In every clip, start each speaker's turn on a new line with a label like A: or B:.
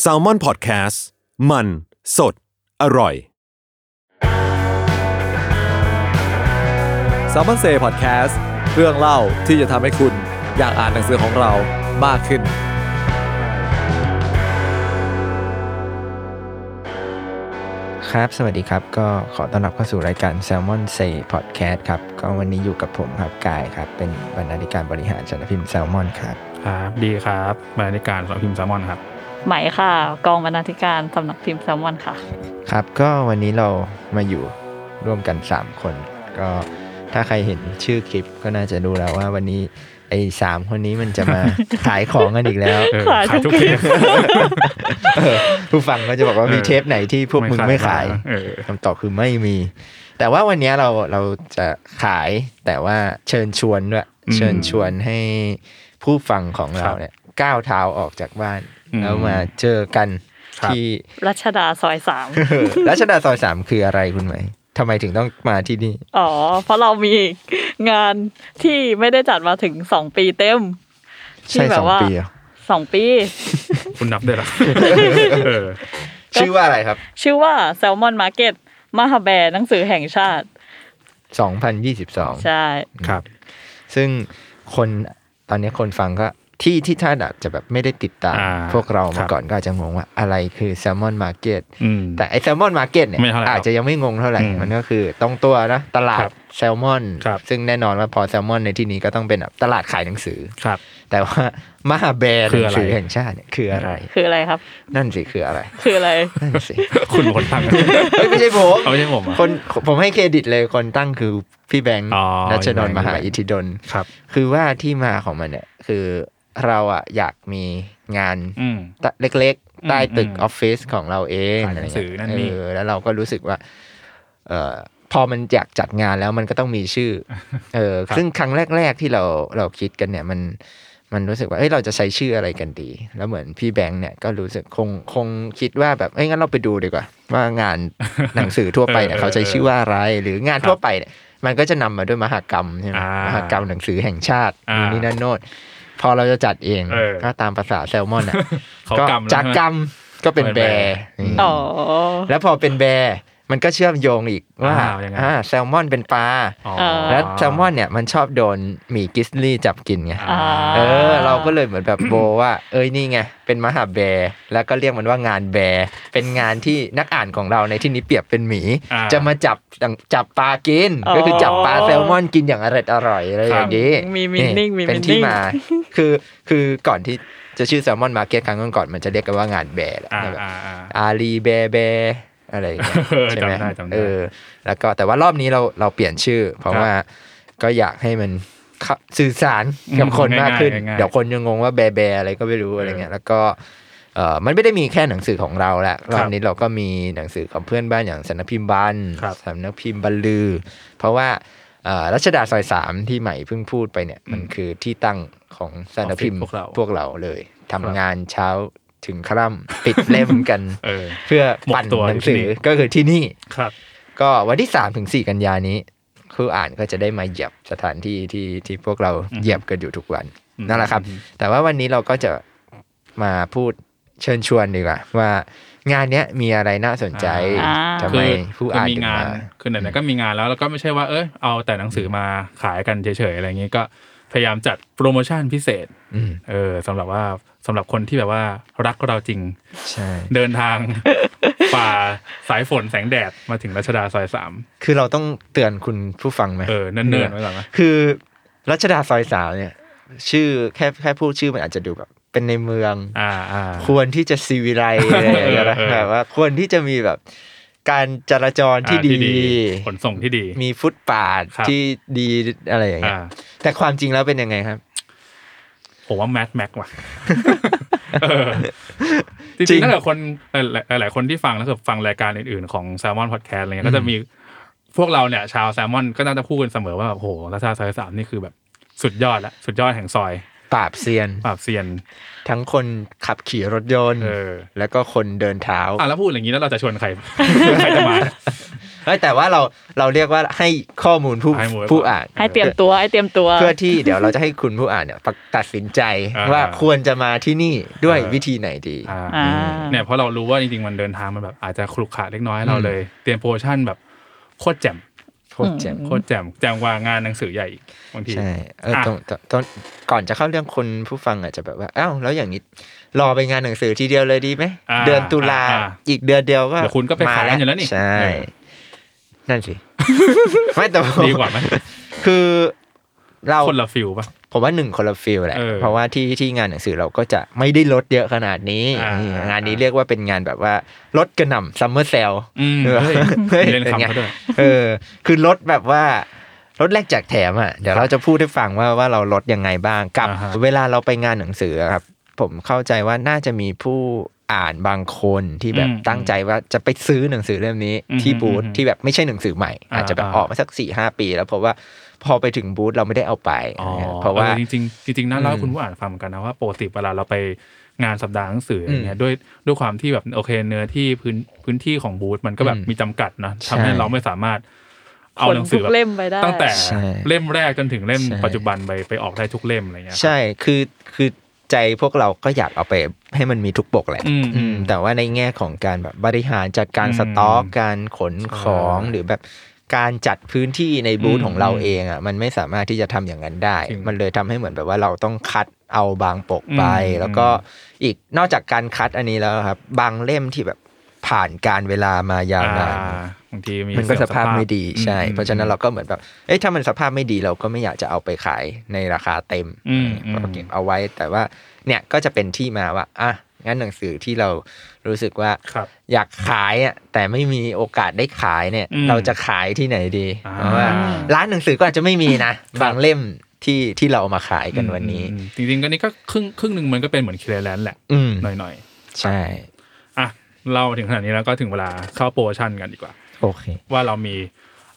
A: แซลมอนพอดแคสต์มันสดอร่อย
B: s ซ m ม o n เซ่พอดแคสต์เรื่องเล่าที่จะทำให้คุณอยากอ่านหนังสือของเรามากขึ้น
C: ครับ สวัสดีครับ ก็ขอต้อนรับเข้าสู่รายการ Salmon Say Podcast ครับ ก็วันนี้อยู่กับผมครับ กายครับ เป็นบรรณาธิการบริหารสารพิมพ์ Salmon ครับ
D: ครับดีครับบรรณาธิการสำนักพิมพ์แซลมอนครับ
E: ไหมค่ะ กองบรรณาธิการสำนักพิมพ์แซลมอนค่ะ
C: ครับ ก็วันนี้เรามาอยู่ร่วมกัน 3 คน ก็ถ้าใครเห็นชื่อคลิปก็น่าจะดูแล้วว่าวันนี้ไอ้สามคนนี้มันจะมา ขายของกันอีกแล้ว
D: เออ
E: ขาย
D: ขาย
E: ทุ
D: ทุก
E: ก
D: เท
E: เท
D: ป
E: ป
C: เออผู้ฟังก็จะบอกว่ามี
D: เออ
C: เทปไหนที่พวกมึง
D: ไม่
C: ไม่
D: ขา
C: ขาย ย
D: เออ
C: คำตอบคือไม่มี แต่ว่าวันเนี้ยเราเราจะขายแต่ว่าเชิญชวนด้วย
D: อืม
C: เชิญชวนให้ผู้ฟังของ
D: ค
C: เรา
D: รับ
C: เนี่ยก้าวเท้าออกจากบ้าน
D: อืม
C: แล้วมาเจอกัน
D: ครับ
C: ที่
E: รัชดาซอยสาม
C: รัชดาซอยสามคืออะไรคุณไหมทำไมถึงต้องมาที่นี่
E: อ๋อ เพราะเรามีงานที่ไม่ได้จัดมาถึงสองปีเต็ม ที่
C: ใช่
E: แบ
C: ส
E: บ
C: อง
E: ว่า
C: ปีเหรอ
E: สองปี
D: คุณนับได้เหรอ เออ
C: ชื่อว่าอะไรครับ
E: ชื่อว่าแซลมอนมาร์เก็ตมหาแบร์หนังสือแห่งชาติ
C: 2022
E: ใช่
D: ครับ
C: ซึ่งคนตอนนี้คนฟังก็ที่ที่ท่านอาจจะแบบไม่ได้ติดตาม
D: อ่า
C: พวกเรา
D: ครั
C: มา
D: บ
C: ก่อนก็อาจจะงงว่าอะไรคือแซลมอนมาร์เก็ต
D: อืม
C: แต่ไอแซลมอนมาร์เก็ตเนี่ย
D: ไม่เท่าไหร่
C: อาจจะยังไม่งงเท่าไหร่
D: อืม
C: มันก็คือตรงตัวนะตลา
D: ค
C: ด
D: รับ
C: แซลมอน
D: ครับ
C: ซึ่งแน่นอนว่าพอแซลมอนในที่นี้ก็ต้องเป็นแบบตลาดขายหนังสือ
D: ครับ
C: แต่ว่ามหาแบรนด์
D: คือ
C: ห
D: อะ
C: นัง
D: ไร
C: สือแห่งชาติเนี่ยคืออะไร
E: คืออะไรครับ
C: นั่นสิคืออะไร
E: คืออะไร
C: นั่นสิ
D: คุณหลนทาง
C: เฮ้ยไม่ใช่ผม
D: เอาไม่ใช่ผมเหรอ
C: คนผมให้เครดิตเลยคนตั้งคือพี่แบงค์
D: อ๋อ
C: รัชนนท์
D: พี่แบงค์
C: มหาอิทธิดล
D: ครับ
C: คือว่าที่มาของมันเนี่ยคือเราอะอยากมีงาน
D: อืม
C: ตะเล็ก
D: อื
C: ๆ
D: ม
C: ใต้ตึก
D: อืม
C: ออฟฟิศของเราเอง
D: ขายหนังสือนั่นนี่
C: เออแล้วเราก็รู้สึกว่าเออพอมันอยากจัดงานแล้วมันก็ต้องมี ชื่อ เออซึ่งครั้งแรก ๆที่เราเราคิดกันเนี่ยมันมันรู้สึกว่าเอ้ยเราจะใช้ชื่ออะไรกันดี แล้วเหมือนพี่แบงค์เนี่ยก็รู้สึกคงคงคิดว่าแบบเอ้ยงั้นเราไปดูดีกว่า ว่า งานหนังสือทั่วไปเนี่ย
D: เออ
C: เขาใช้ชื่อว่าอะไร หรืองานทั่วไปเนี่ยมันก็จะนำมาด้วยมหกรรมใช่ไหม
D: อ่าม ม
C: หกรรมหนังสือแห่งชาติ
D: อ่านู่
C: นี่นั่นโน้ตพอเราจะจัดเอง
D: เออ
C: ก็ตามภาษาแซลมอนอ่ะ
D: เขา
C: ก็
D: กำแล้ว
C: จาก
D: ใช่ไห
C: กรรมก็เป็น
D: เป็น
C: แบ
D: แบร์
C: ร์ม
E: อ๋อ
C: แล้วพอเป็นแบร์มันก็เชื่อมโยงอีกว่า
D: อ้าวยังไง
C: อ่าแซลมอนเป็นปลา
D: อ๋อ
C: แล้วแซลมอนเนี่ยมันชอบโดนหมีกริสลี่จับกินไง
D: อ่า
C: เออ เราก็เลยเหมือนแบบโบว่า เอ้ยนี่ไง เป็นมหาแบร์แล้วก็เรียกมันว่างานแบร์เป็นงานที่นักอ่านของเราในที่นี้เปรียบเป็นหมี
D: อ่า
C: จะมาจับจับปลากิน
E: อ๋อ
C: ก็คือจับปลาแซลมอนกินอย่างอร่อยอร่อยอะไรอย่างนี้
E: ครับมี meaning มี
C: เป็นที่
E: meaning
C: มา คือคือก่อนที่จะชื่อแซลมอนมาเก็ตครั้งก่อนๆมันจะเรียกกันว่างานแบร์แหละ
D: อ่า
C: แบบ
D: อ่าอ่า
C: อาลีแบร์แบร์อะไรอย่างเงี้ย
D: เออ
C: ใช่ไหม
D: จำได้จำได้
C: เออ แล้วก็แต่ว่ารอบนี้เราเราเปลี่ยนชื่อ เพราะ
D: ครับ
C: ว่าก็อยากให้มันเข้าสื่อสารกับ
D: อืม
C: คนมากขึ้น
D: ง่ายๆง่ายๆ
C: เดี๋ยวคนยังงงว่าแบร์แบร์อะไรก็ไม่รู้อะไรเงี้ยแล้วก็เออมันไม่ได้มีแค่หนังสือของเราแหละรอบนี้เราก็มีหนังสือของเพื่อนบ้านอย่างสำนักพิมพ์บัน
D: ครับ
C: สำนักพิมพ์บรรลือ เพราะว่าเอ่อรัชดาซอยสามที่ใหม่เพิ่งพูดไปเนี่ยมันคือที่ตั้งของสำนักพิมพ์
D: ออฟฟิศพวกเรา
C: พวกเราเลยทำงานเช้าถึงค่ำ ปิดเล่มกัน
D: เออ
C: เพื่อปั่น
D: หมกตัว
C: หนังสือยู่ อ
D: ที่นี่
C: ก็คือที่นี่
D: ครับ
C: ก็วันที่3ถึง4กันยานี้คืออ่านก็จะได้มาเหยียบสถานที่ที่ที่พวกเราเหยียบกันอยู่ทุกวัน
D: อืม
C: นั่นแหละครับ
D: อืม
C: แต่ว่าวันนี้เราก็จะมาพูดเชิญชวนดีกว่าว่างานเนี้ยมีอะไรน่าสนใจ
E: อ่า
C: ทำ
D: คื
C: ไม
D: อ
C: ผู้
D: คือ
C: อ่าน
D: มี
C: ถึง
D: งาน
C: มา
D: คือไหนๆก็มีงานแล้วแล้วก็ไม่ใช่ว่าเอ้ยเอาแต่หนังสือมาขายกันเฉยๆอะไรอย่างงี้ก็พยายามจัดโปรโมชั่นพิเศษ
C: อืม
D: เออสำหรับว่า สำหรับคนที่แบบว่ารักเราจริง
C: ใช่
D: เดินทาง ฝ่าสายฝนแสงแดดมาถึงรัชดาซอยสาม
C: คือเราต้องเตือนคุณผู้ฟังไหม
D: เออเนิ่นๆไว้ก่อนนะ
C: คือรัชดาซอยสามเนี่ย ชื่อแค่แค่พูดชื่อมันอาจจะดูแบบ เป็นในเมือง
D: อ่าอ่า
C: ควรที่จะซีวิไล ซ์อะไรอย่างเงี้ยนะ
D: เออเออ
C: แบบว่าควรที่จะมีแบบการจราจรที่
D: อ่า
C: ดี
D: ขนส่งที่ดี
C: มีฟุตปาด
D: ครับ
C: ที่ดีอะไรอย่างเงี้
D: อ่าย
C: แต่ความจริงแล้วเป็นยังไงครับ
D: ผมว่าแมทแม็ก ว่ะเออ
C: จ
D: จ
C: ริ
D: ริ
C: ง
D: งๆถ้าเกิดคนหลายๆหลายๆคนที่ฟังแล้วก็ฟังรายการอื่นๆของ s ซ l m o n Podcast อะไรเงี้ยก็จะมีพวกเราเนี่ย ชาว s ซ l m o n ก็น่าจะพูดกันเสมอว่าแบบโอ้โหรัชดาซอยสามนี่คือแบบสุดยอดละสุดยอดแห่งซอย
C: ปราบเซียน
D: ปราบเซียน
C: ทั้งคนขับขี่รถยนต์
D: เออ
C: แล้วก็คนเดินเท้า
D: อ่ะแล้วพูดอย่างนี้แล้วเราจะชวนใคร ใครจะมา
C: เอ้ยแต่ว่าเราเราเรียกว่าให้ข้อมูลผู้
D: ให้หมด
C: ผู้อ่าน
E: ให้เตรียมตัวให้เตรียมตัว
C: เพื่อที่เดี๋ยวเราจะให้คุณผู้อ่านเนี่ยตัดสินใจ
D: อ่า
C: ว่าควรจะมาที่นี่ด้วย
D: เออ
C: วิธีไหนดี
D: อ่า
E: อ่า
D: เนี่ยเพราะเรารู้ว่าจริงๆมันเดินทางมันแบบอาจจะขรุขระเล็กน้อยเราเลย เตรียมโปรโมชั่นแบบโคตรแจ่ม
C: โคตรเจ๋ง
D: โคตรแจ่มแจ่มกว่างานหนังสือใหญ่อีกบางที
C: ใช่เออ
D: อ่ะ
C: ต้องต้องต้องก่อนจะเข้าเรื่องคนผู้ฟังอาจจะแบบว่าอ้าวแล้วอย่างนี้รอไปงานหนังสือทีเดียวเลยดีไหม
D: อ่า
C: เดือนตุลา
D: อ่า
C: อีกเดือนเดียวก็
D: เดี๋ยวคุณก็ไปขาย
C: ม
D: อยู่แล้วนี่
C: ใช่
D: เออ
C: นั่ นสิ ไม่แต่ผม
D: ดีกว่าไหม
C: คือเรา
D: คนละฟิลป่ะ
C: ผมว่าหนึ่งคนละฟิลแหละ
D: เออ
C: เพราะว่าที่ที่งานหนังสือเราก็จะไม่ได้ลดเยอะขนาดนี้
D: อ่า
C: อืมงานนี้เรียกว่าเป็นงานแบบว่าลดกระหน่ำซัมเมอร์เซล
D: อืม
C: เออ
D: เฮ้ย
C: เฮ้ย
D: เล่น
C: เป็นไง
D: คำเขาด้วย
C: เออ คือลดแบบว่าลดแรกแจากแถมอ่ะ เดี๋ยวเราจะพูดให้ฟังว่าว่าเราลดยังไงบ้างกับ
D: อ่าฮะ
C: เวลาเราไปงานหนังสืออะครับ ผมเข้าใจว่าน่าจะมีผู้อ่านบางคนที่แบบตั้งใจว่าจะไปซื้อหนังสือเล่มนี้
D: อืม
C: ที่บูธ
D: อืม
C: ที่แบบไม่ใช่หนังสือใหม่
D: อ่า
C: อาจจะแบบ
D: อ่า
C: ออกมาสักสี่ห้าปี แล้วเพราะว่าพอไปถึงบูธเราไม่ได้เอาไป
D: อ๋อ
C: เพราะว่า
D: ออจริงๆจริงๆนะเล่า
C: อื
D: ให้
C: ม
D: คุณผู้อ่านฟังเหมือนกันนะว่าปกติเวลาเราไปงานสัปดาห์หนังสืออย่างเงี้
C: อื
D: ย
C: ม
D: ด้วยด้วยความที่แบบโอเคเนื้อที่พื้นพื้นที่ของบูธมันก็แบบ
C: อืม
D: มีจำกัดนะ
C: ใช่
D: ทำให้เราไม่สามารถเอา
E: ขน
D: หนังสือแบ
E: ทุก
D: บ
E: เล่มไปได้
D: ตั้งแต่
C: ใช่
D: เล่มแรกจนถึงเล่ม
C: ใช่
D: ปัจจุบันไปไปออกได้ทุกเล่มอะไรเงี้ย
C: ใช่ คือ คือใจพวกเราก็อยากเอาไปให้มันมีทุกปกแหละ
D: อืม
C: อืมแต่ว่าในแง่ของการแบบบริหารจัดการสต็อก
D: อืม
C: การขนของ
D: ใช่
C: หรือแบบการจัดพื้นที่ในบูธ
D: อืม
C: ของเราเองอ่ะ มันไม่สามารถที่จะทำอย่างนั้นได้
D: จริง
C: มันเลยทำให้เหมือนแบบว่าเราต้องคัดเอาบางปกไป
D: อืม
C: แล้วก็อีกนอกจากการคัดอันนี้แล้วครับ บางเล่มที่แบบผ่านการเวลามายาวนาน
D: าบางทีมี
C: มันก็สภาพไม่ดี
D: อื
C: ใช่ เพราะฉะนั้นเราก็เหมือนแบบ เอ้ยถ้ามันสภาพไม่ดีเราก็ไม่อยากจะเอาไปขายในราคาเต็ม
D: อืมอืม
C: เราเก็บเอาไว้แต่ว่าเนี่ยก็จะเป็นที่มาว่าอ่ะงั้นหนังสือที่เรารู้สึกว่า
D: ครับ
C: อยากขายอ่ะแต่ไม่มีโอกาสได้ขายเนี่ย
D: อืม
C: เราจะขายที่ไหนดี
D: อ่า
C: เพราะว่าร้านหนังสือก็อาจจะไม่มีนะบางเล่มที่ที่เราเอามาขายกันวันนี้
D: อืมจริงๆก็นี่ก็ครึ่งครึ่งหนึ่งมันก็เป็นเหมือนเคลียร์แลนด์แหละ
C: อืม
D: หน่อย
C: ใช่
D: ๆอ่ะเราถึงขนาดนี้แล้วก็ถึงเวลาเข้าโปรโมชั่นกันดีกว่า
C: โอเค
D: ว่าเรามี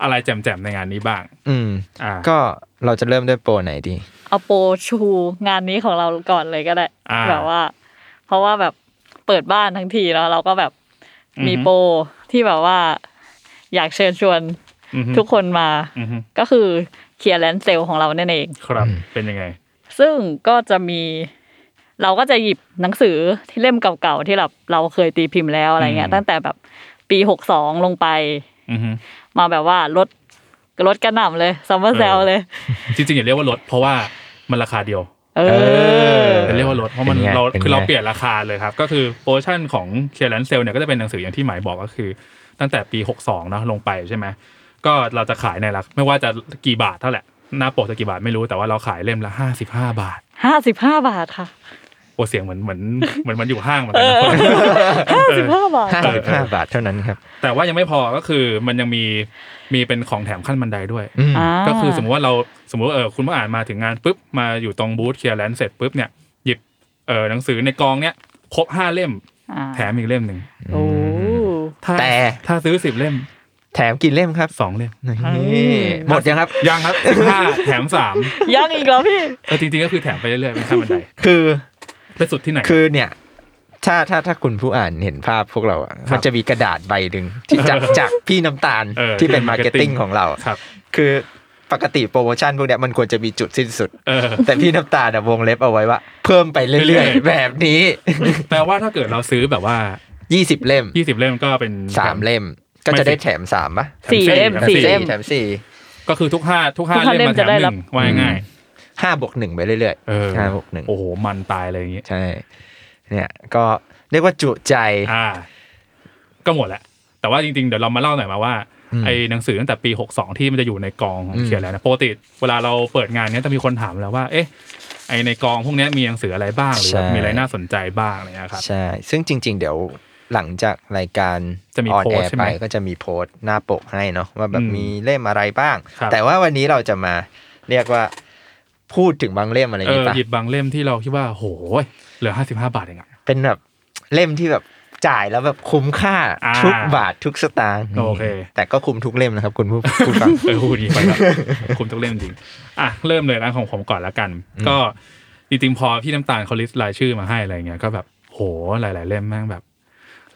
D: อะไรแจมๆในงานนี้บ้าง
C: อืม
D: อ่า
C: ก็เราจะเริ่มด้วยโปรไหนดี
E: เอาโปรชูงานนี้ของเราก่อนเลยก็ได้
D: อ่า
E: แบบว่า เพราะว่าแบบเปิดบ้านทั้งทีแล้วเราก็แบบ
D: อือฮึ
E: มีโปรที่แบบว่า อยากเชิญชวน
D: อือฮึ
E: ทุกคนมา
D: อือฮึ
E: ก็คือเคลียร์แลนด์เซลของเรานั่นเอง
D: ครับเป็นยังไง
E: ซึ่งก็จะมี เราก็จะหยิบหนังสือที่เล่มเก่าๆที่แบบเราเคยตีพิมพ์แล้วอะไรเงี้
D: อืม
E: ยตั้งแต่แบบปีหกสองลงไป
D: อือฮึ
E: มาแบบว่าลดลดกระหน่ำเลยซัมเมอร์เซลเลย
D: จริงๆอย่าเรียกว่าลดเพราะว่ามันราคาเดียว
E: เออ
D: อย่าเรียกว่าลดเพราะมัน
C: เป็นไง
D: เรา
C: เป็นไง
D: คือเราเปลี่ยนราคาเลยครับ ก็คือโปรโมชั่นของเคลียร์แลนด์เซลเนี่ยก็จะเป็นหนังสืออย่างที่หมายบอกก็คือ ตั้งแต่ปี 62เนอะลงไปใช่ไหมก็เราจะขายในราคาไม่ว่าจะกี่บาทเท่าแหละหน้าปกจะกี่บาทไม่รู้แต่ว่าเราขายเล่มละ55บาท
E: ห้าสิบห้าบาทค่ะ
D: โอเสียงเหมือนเหมือนเหมือนมันอยู่ห้างเหมือนกันนะ
E: ห้าสิบห้าบาท
C: ห้าสิบห้าบาทเท่านั้นครับ
D: แต่ว่ายังไม่พอก็คือมันยังมีมีเป็นของแถมขั้นบันไดด้วย
C: อืม
D: ก็คือสมมติว่าเราสมมติว่าเออคุณผู้อ่านมาถึงงานปุ๊บมาอยู่ตรงบูธเคลียร์แลนด์เสร็จปุ๊บเนี่ยหยิบเออหนังสือในกองเนี้ยครบห้าเล่ม
E: อ่า
D: แถมอีกเล่มหนึ่ง
E: โอ้
D: ถ้า
C: แต่
D: ถ้าซื้อสิบเล่ม
C: แถมกี่เล่มครับ
D: สองเล่ม
C: นี่หมดยังครับ
D: ยังครับสิบห้าแถมสาม
E: ยังอีกเหรอพี่
D: เออจริงๆก็คือแถมไปเรื่อยๆเป็นขั้นบันได
C: คือ
D: ไปสุดที่ไหน
C: คือเนี่ย ถ้าถ้าถ้าคุณผู้อ่านเห็นภาพพวกเราอ่ะมันจะมีกระดาษใบหนึ่งที่จากจากพี่น้ำตาล
D: เออ
C: ที่เป็น
D: ที่เป็น
C: มาร์เก็ตติ้ง
D: marketing
C: ของเรา
D: ครับ
C: คือปกติโปรโมชั่นพวกเนี้ยมันควรจะมีจุดสิ้นสุด
D: เออ
C: แต่พี่น้ำตาลอะวงเล็บเอาไว้ว่า เพิ่มไป
D: เรื่
C: เรื่อ
D: อย ย
C: ๆ แบบนี้
D: แปลว่าถ้าเกิดเราซื้อแบบว่า
C: ยี่สิบเล่ม
D: ยี่สิบเล่มก็เป็น
C: สามเล่ม ก็จะได้แถมสามปะ
D: แถม
E: สี่เล่ม
D: แถ
E: สี่เล่ม
C: แถมสี่
D: ก็คือทุกห้าทุกห้า
E: ทุกห้า
D: เล่มมาแถ
E: เล่มจะ
D: ม
E: ได้
D: ห
E: รั
D: นึ่
E: บ
D: งว่าง่าย
C: ห้าบวกหนึ่งไปเรื่อย
D: เออ
C: ห้าบวกหนึ่ง
D: โอ้โหมันตายเลยอย่างเงี้ย
C: ใช่ เนี่ยก็เรียกว่าจุใจ
D: อ่า ก็หมดแหละแต่ว่าจริงๆ เดี๋ยวเรามาเล่าหน่อยมาว่า
C: อืม
D: ไอ้หนังสือตั้งแต่ปี 62 ที่มันจะอยู่ในกองของ
C: อืม
D: เขียนแล้วนะปกติเวลาเราเปิดงานเนี้ยจะมีคนถามแล้วว่า เอ๊ะไอ้ในกองพวกเนี้ยมีหนังสืออะไรบ้างหรือแบบมีอะไรน่าสนใจบ้างอะไรเงี้ยครับ
C: ใช่ ซึ่งจริง ๆ เดี๋ยวหลังจากรายการ
D: จะมี
C: ออน
D: โพ
C: แอร์
D: สต์ใช่ไห
C: ไป
D: ม
C: ก็จะมีโพสต์หน้าปกให้เนาะว่าแบ
D: อื
C: บ
D: ม
C: มีเล่มอะไรบ้าง
D: ครับ
C: แต่ว่าวันนี้เราจะมาเรียกว่าพูดถึงบางเล่มอะไรอ
D: เอย่าง อ
C: งี้ปะ
D: หยิบบางเล่มที่เราคิดว่าโหยเหลือ 55 บาทเองอะ
C: เป็นแบบเล่มที่แบบจ่ายแล้วแบบคุ้มค่า
D: อ่า
C: ทุกบาททุกสตางค์
D: โอเค
C: แต่ก็คุ้มทุกเล่มนะครับ คุณ ผู้ ผู้ฟัง
D: เออพูดดีไปแล้ว คุมทุกเล่มจริงอ่ะเริ่มเลยนะของผมก่อนละกัน ก็จริงๆพอพี่น้ำตาลเขาลิสต์รายชื่อมาให้อะไรเงี้ยก็แบบโหหลาย ๆ เล่มแม่งแบบ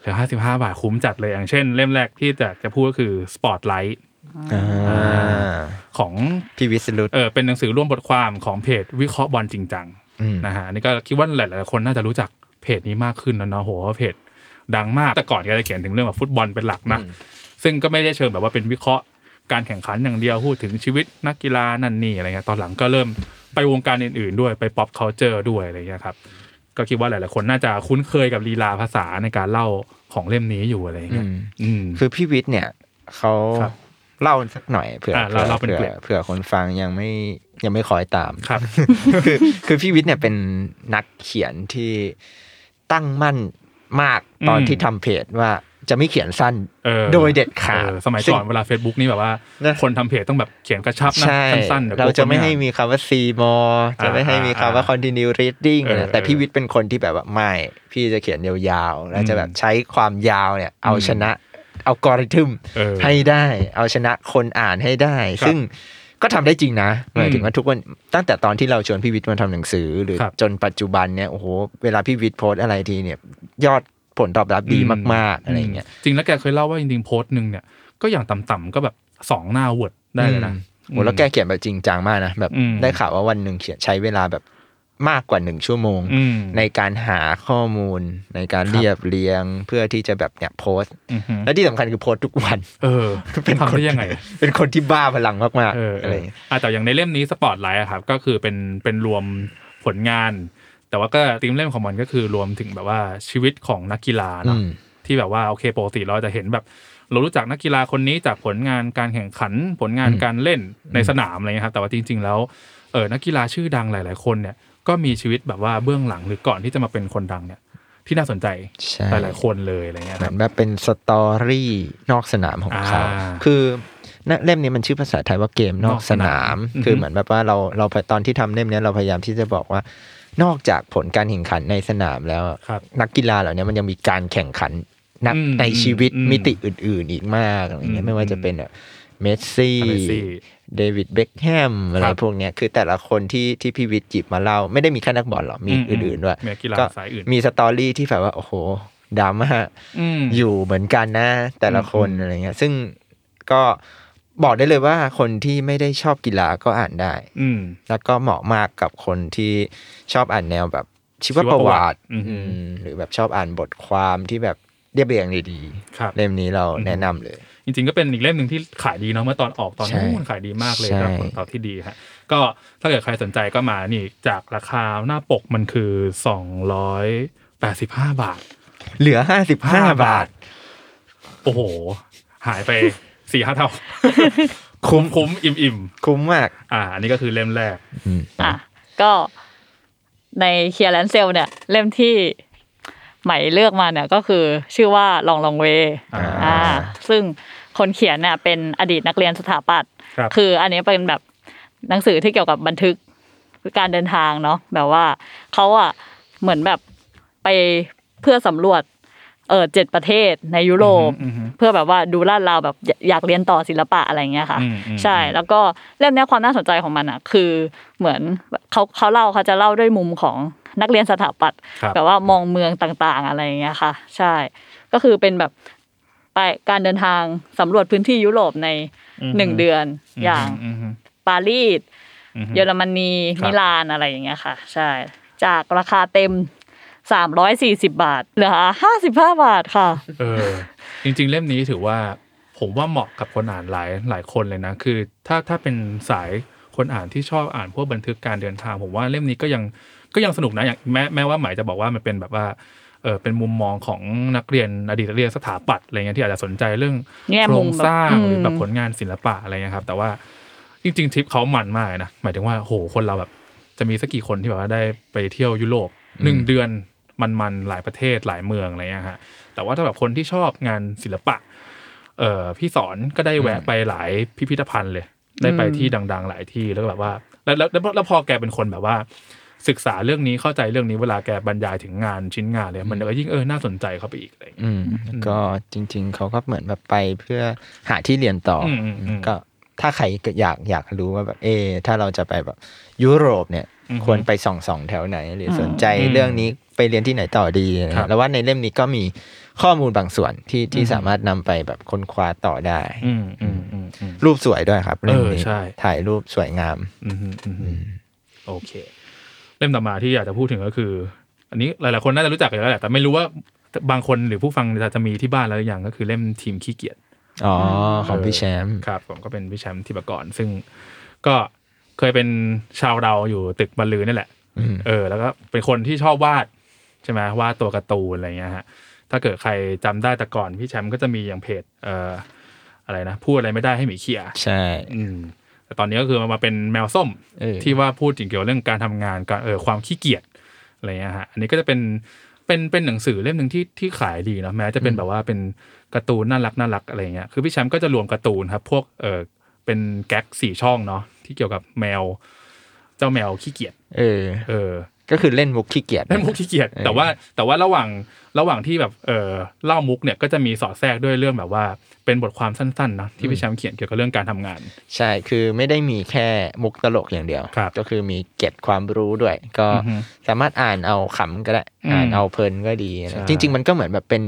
D: เหลือ 55 บาทคุ้มจัดเลยอย่างเช่น เล่มแรกที่จะจะพูดก็คือ Spotlight
C: อ่า
D: ของ
C: พี่วิสรุต
D: เออเป็นหนังสือร่วมบทความของเพจวิเคราะห์บอลจริงจัง
C: อืม
D: นะฮะอันนี่ก็คิดว่าหลาย ๆ คนน่าจะรู้จักเพจนี้มากขึ้นแล้วเนาะโหเพราะเพจดังมากแต่ก่อนก็จะเขียนถึงเรื่องแบบฟุตบอลเป็นหลักนะซึ่งก็ไม่ได้เชิงแบบว่าเป็นวิเคราะห์การแข่งขันอย่างเดียวพูดถึงชีวิตนักกีฬานั่นนี่อะไรเงี้ยตอนหลังก็เริ่มไปวงการอื่น ๆ ด้วยไป pop culture ด้วยอะไรเงี้ยครับก็คิดว่าหลาย ๆ คนน่าจะคุ้นเคยกับลีลาภาษาในการเล่าของเล่มนี้อยู่อะไรเงี้ยอืม
C: คือพี่วิทย์เนี่ยเขา
D: ครับ
C: เล่าสักหน่อยเผื่อ
D: อ่ะเราเราเป็น
C: เผื่อ
D: เกร็ด
C: เผื่อคนฟังยังไม่ยังไม่คอยตาม
D: ครับ
C: คือคือพี่วิทย์เนี่ยเป็นนักเขียนที่ตั้งมั่นมากตอน
D: อืม
C: ที่ทำเพจว่าจะไม่เขียนสั้น
D: เออ
C: โดยเด็ดขาด
D: เออสมัย
C: ซึ่ง
D: ก่อนเวลา Facebook นี่แบบว่า
C: นะ
D: คนทำเพจต้องแบบเขียนกระชับนะ
C: ใช่
D: สั้นๆดี๋ยว
C: เรา
D: พวก
C: จะ
D: คน
C: ไม่ให้
D: อ่าน
C: มีคำว่า C m o r e จะไม่ให้มีคำว่า
D: อ่า
C: continue reading
D: เออ
C: นะแต่
D: เออ
C: พี่วิทย์เป็นคนที่แบบว่าไม่ พี่จะเขียนยาวๆ แล้วจะแบบ
D: อืม
C: ใช้ความยาวเนี่ย เอาชนะเอากริทึม
D: เออ
C: ให้ได้ เอาชนะคนอ่านให้ได้
D: ครับ
C: ซึ่งก็ทำได้จริงนะหมายถึ
D: อื
C: ง
D: ม
C: ว่าทุกวันตั้งแต่ตอนที่เราชวนพี่วิทย์มาทำหนังสือ หรือ
D: ครับ
C: จนปัจจุบันเนี่ยโอ้โหเวลาพี่วิทย์โพสต์อะไรทีเนี่ย ยอดผลตอบรับดี
D: อืม
C: มากๆอะไรอย่างเงี้ย
D: จริงแล้วแกเคยเล่าว่าจริงๆโพสต์หนึ่งเนี่ย ก็อย่างต่ำๆก็แบบสองหน้าเวิร์ดได้เลยนะ
C: อืมโหแล้วแกเขียนแบบจริงจังมากนะแบบ
D: อืม
C: ได้ข่าวว่าวันหนึ่งเขียนใช้เวลาแบบมากกว่าหนึ่งชั่วโมง
D: อืม
C: ในการหาข้อมูลในการ
D: ครับ
C: เรียบเรียงเพื่อที่จะแบบเนี่ยโพสต์
D: อือฮึ
C: และที่สำคัญคือโพสต์ทุกวัน
D: เออ
C: เป็น
D: ทำ
C: คน
D: ได้ยังไง
C: เป็นคนที่บ้าพลังมาก
D: เออ
C: ๆ
D: เอ
C: อะไร
D: ออ่ะแต่อย่างในเล่มนี้สปอตไลท์ครับ ก็คือเป็นเป็นรวมผลงาน แต่ว่าก็ธีมเล่มของมันก็คือรวมถึงแบบว่าชีวิตของนักกีฬา
C: อื
D: เนาะ
C: ม
D: ที่แบบว่าโอเคปกติเราจะเห็นแบบ เรารู้จักนักกีฬาคนนี้จากผลงานการแข่งขันผลงานการเล่นในสนามอะไรเงี้ยครับแต่ว่าจริง ๆ แล้วเออนักกีฬาชื่อดังหลาย ๆ คนเนี่ยก็มีชีวิตแบบว่าเบื้องหลังหรือก่อนที่จะมาเป็นคนดังเนี่ย ที่น่าสนใจ
C: ใช่
D: หลายๆคนเลยอะไรเงี้ย
C: เห
D: ค
C: มื
D: รั
C: อบ นแบบเป็นสตอรี่นอกสนามของเขา
D: อ่า
C: คือเล่มนี้มันชื่อภาษาไทยว่าเกมนอกสนาม
D: นอกสนามอือฮึ
C: คือเหมือนแบบว่าเราเราตอนที่ทำเล่มนี้เราพยายามที่จะบอกว่านอกจากผลการแข่งขันในสนามแล้วอะ
D: ครับ
C: นักกีฬาเหล่านี้มันยังมีการแข่งขันนัก
D: อืม
C: ในชีวิต
D: อืม
C: มิติอื่น ๆ อีกมากอะไรเงี้ย
D: อืม
C: ไม่ว่าจะเป็นแบบเมสซี่
D: เมสซี่
C: เดวิดเบคแฮมอะไร
D: ครับ
C: พวกเนี้ยคือแต่ละคนที่ที่พี่วิทย์จิบมาเล่า ไม่ได้มีแค่นักบอลหรอกมี
D: อืม
C: อื่นๆด้วย
D: มีกีฬาสายอื่น
C: มีสตอรี่ที่แบบว่าโอ้โหดราม่า
D: อืม
C: อยู่เหมือนกันนะแต่ละคน
D: อืม
C: อะไรเงี้ยซึ่งก็บอกได้เลยว่าคนที่ไม่ได้ชอบกีฬาก็อ่านได้
D: อืม
C: แล้วก็เหมาะมากกับคนที่ชอบอ่านแนวแบบชีวประวัติ
D: อืม
C: อืมหรือแบบชอบอ่านบทความที่แบบเรียบเรียงดี
D: ครับ
C: ๆเล่มนี้เราแนะนำเลย
D: จริงๆก็เป็นอีกเล่มหนึ่งที่ขายดีเนาะเมื่อตอนออกตอน
C: ใช่
D: นู้นขายดีมากเลย
C: ใช่
D: ครับผลตอบที่ดีฮะก็ถ้าเกิดใครสนใจก็มานี่จากราคาหน้าปกมันคือสองร้อยแปดสิบห้าบาท
C: เหลือห้าสิบห้าบาท
D: โอ้โห หายไป สี่ห้าเท่า คุ้มคุ้มอิ่มอิ่ม
C: คุ้มมาก
D: อ่า อันนี้ก็คือเล่มแรก
E: อ่ะก็ในเคลียร์แลนเซลเนี่ย เล่มที่ใหม่เลือกมาเนี่ยก็คือชื่อว่าลองลองเว
D: อ่า
E: อ่าซึ่งคนเขียนเนี่ยเป็นอดีตนักเรียนสถาปัตย์
D: ครับ
E: คืออันนี้เป็นแบบหนังสือที่เกี่ยวกับบันทึกการเดินทางเนาะแบบว่าเขาอะเหมือนแบบไปเพื่อสำรวจเออเจ็ดประเทศในยุโรป
D: อือฮึ
E: เพื่อแบบว่าดูลาดราวแบบอยอยากเรียนต่อศิลปะอะไรอย่างเงี้ยค่ะ
D: อืมอืม
E: ใช่
D: อืม
E: แล้วก็เล่มเนี้ยความน่าสนใจของมันอ่ะ คือเหมือนเขาเขาเล่าเขาจะเล่าด้วยมุมของนักเรียนสถาปัตย์
D: ครับ
E: แบบว่ามองเมืองต่างๆอะไรอย่างเงี้ยค่ะ ใช่ ก็คือเป็นแบบไปการเดินทางสำรวจพื้นที่ยุโรปในหนึ่งเดือนอย่าง
D: อืมอืม
E: ปารีส
D: อือฮึ
E: เยอรมนี
D: ครับ
E: มิลานอะไรอย่างเงี้ยค่ะ ใช่ จากราคาเต็ม 340 บาทเหลือ55 บาทค่ะ
D: เออ จริง ๆ เล่มนี้ถือว่า ผมว่าเหมาะกับคนอ่านหลายหลายคนเลยนะ คือถ้าถ้าเป็นสาย คนอ่านที่ชอบอ่านพวกบันทึกการเดินทาง ผมว่าเล่มนี้ก็ยังก็ยังสนุกนะอย่างแม้แม้ว่าหมายจะบอกว่ามันเป็นแบบว่าเออเป็นมุมมองของนักเรียนอดีตนักเรียนสถาปัตย์อะไรเงี้ยที่อาจจะสนใจเรื่อง
E: แง่
D: โคร
E: มุ
D: ง
E: มแบบ
D: สร้าง
E: อืม
D: หรือแบบผลงานศิลปะอะไรเงี้ยครับ แต่ว่าจริงๆทริปเขามันมากเลยนะหมายถึงว่าโหคนเราแบบจะมีสักกี่คนที่แบบว่าได้ไปเที่ยวยุโรปหนึ่งเดือนมันๆหลายประเทศหลายเมืองอะไรเงี้ยฮะแต่ว่าถ้าแบบคนที่ชอบงานศิลปะ เออพี่สอนก็ได้แวะไปหลายพิพิธภัณฑ์เลย ได้ไปที่ดัง ๆ หลายที่แล้วก็แบบว่า แล้วแล้วแล้วแล้วพอแกเป็นคนแบบว่า ศึกษาเรื่องนี้เข้าใจเรื่องนี้เวลาแกบรรยายถึงงานชิ้นงานเลยมันก็ยิ่งเออน่าสนใจเข้าไปอีกอะไรอย่างเงี้ย
C: อืมก็จริง ๆ เขาก็เหมือนแบบไปเพื่อหาที่เรียนต่ออ
D: มอืมอืม
C: ก็ถ้าใครอยากอยากรู้ว่าแบบเออถ้าเราจะไปแบบยุโรปเนี่ย
D: อือฮึ
C: ควรไปส่องสองแถวไหน หรือสนใจเรื่องนี้ไปเรียนที่ไหนต่อดีอะไร
D: ครั
C: เงี้ย
D: บ
C: แล้วว่าในเล่มนี้ก็มีข้อมูลบางส่วนที่ที่
D: อือฮึ
C: สามารถนำไปแบบค้นคว้าต่อได้
D: อืมอืมอืมอืม
C: รูปสวยด้วยครับเล่มนี้
D: เออใช่
C: ถ่ายรูปสวยงาม
D: อืมอืมโอเค เล่มต่อมาที่อยากจะพูดถึงก็คือ อันนี้หลายๆคนน่าจะรู้จักอยู่แล้วแหละแต่ไม่รู้ว่าบางคนหรือผู้ฟังจะมีที่บ้านแล้วหรือยังก็คือเล่มทีมขี้เกียจ
C: อ๋อ ของพี่แชมป์
D: ครับผมก็เป็นพี่แชมป์ทิบกรซึ่งก็เคยเป็นชาวเราอยู่ตึกบรรลือนี่แหละเออ แล้วก็เป็นคนที่ชอบวาดใช่ไหมวาดตัวการ์ตูนอะไรเงี้ยฮะถ้าเกิดใครจำได้แต่ก่อนพี่แชมป์ก็จะมีอย่างเพจเอ่ออะไรนะพูดอะไรไม่ได้ให้หมีเขีย
C: ใช่
D: อืมแต่ตอนนี้ก็คือมาเป็นแมวส้ม
C: เออ
D: ที่ว่าพูดถึงเกี่ยวเรื่องการทำงานการเออความขี้เกียจอะไรเงี้ยฮะอันนี้ก็จะเป็นเป็นเป็นหนังสือเล่มหนึ่งที่ที่ขายดีเนอะแม้จะเป็นแบบว่าเป็นการ์ตูนน่ารักน่ารักอะไรเงี้ยคือพี่แชมป์ก็จะรวมการ์ตูนครับพวกเออเป็นแก๊กสี่ช่องเนาะที่เกี่ยวกับแมว เจ้าแมวขี้เกียจ
C: เออ
D: เออ
C: ก็คือเล่นมุกขี้เกียจ
D: เล่นมุกขี้เกียจ
C: เออ
D: แต่ว่าแต่ว่าระหว่างระหว่างที่แบบเออเล่ามุกเนี่ยก็จะมีสอดแทรกด้วยเรื่องแบบว่าเป็นบทความสั้นๆนะที่พี่แชมป์เขียนเกี่ยวกับเรื่องการทำงาน
C: ใช่ คือไม่ได้มีแค่มุกตลกอย่างเดียว
D: ครับ
C: ก็คือมีเก็บความรู้ด้วย ก็
D: อือฮึ
C: สามารถอ่านเอาขำก็ได้
D: อืม
C: อ่านเอาเพลินก็ดีนะ
D: ใช่
C: จริง ๆ มันก็เหมือนแบบเป็น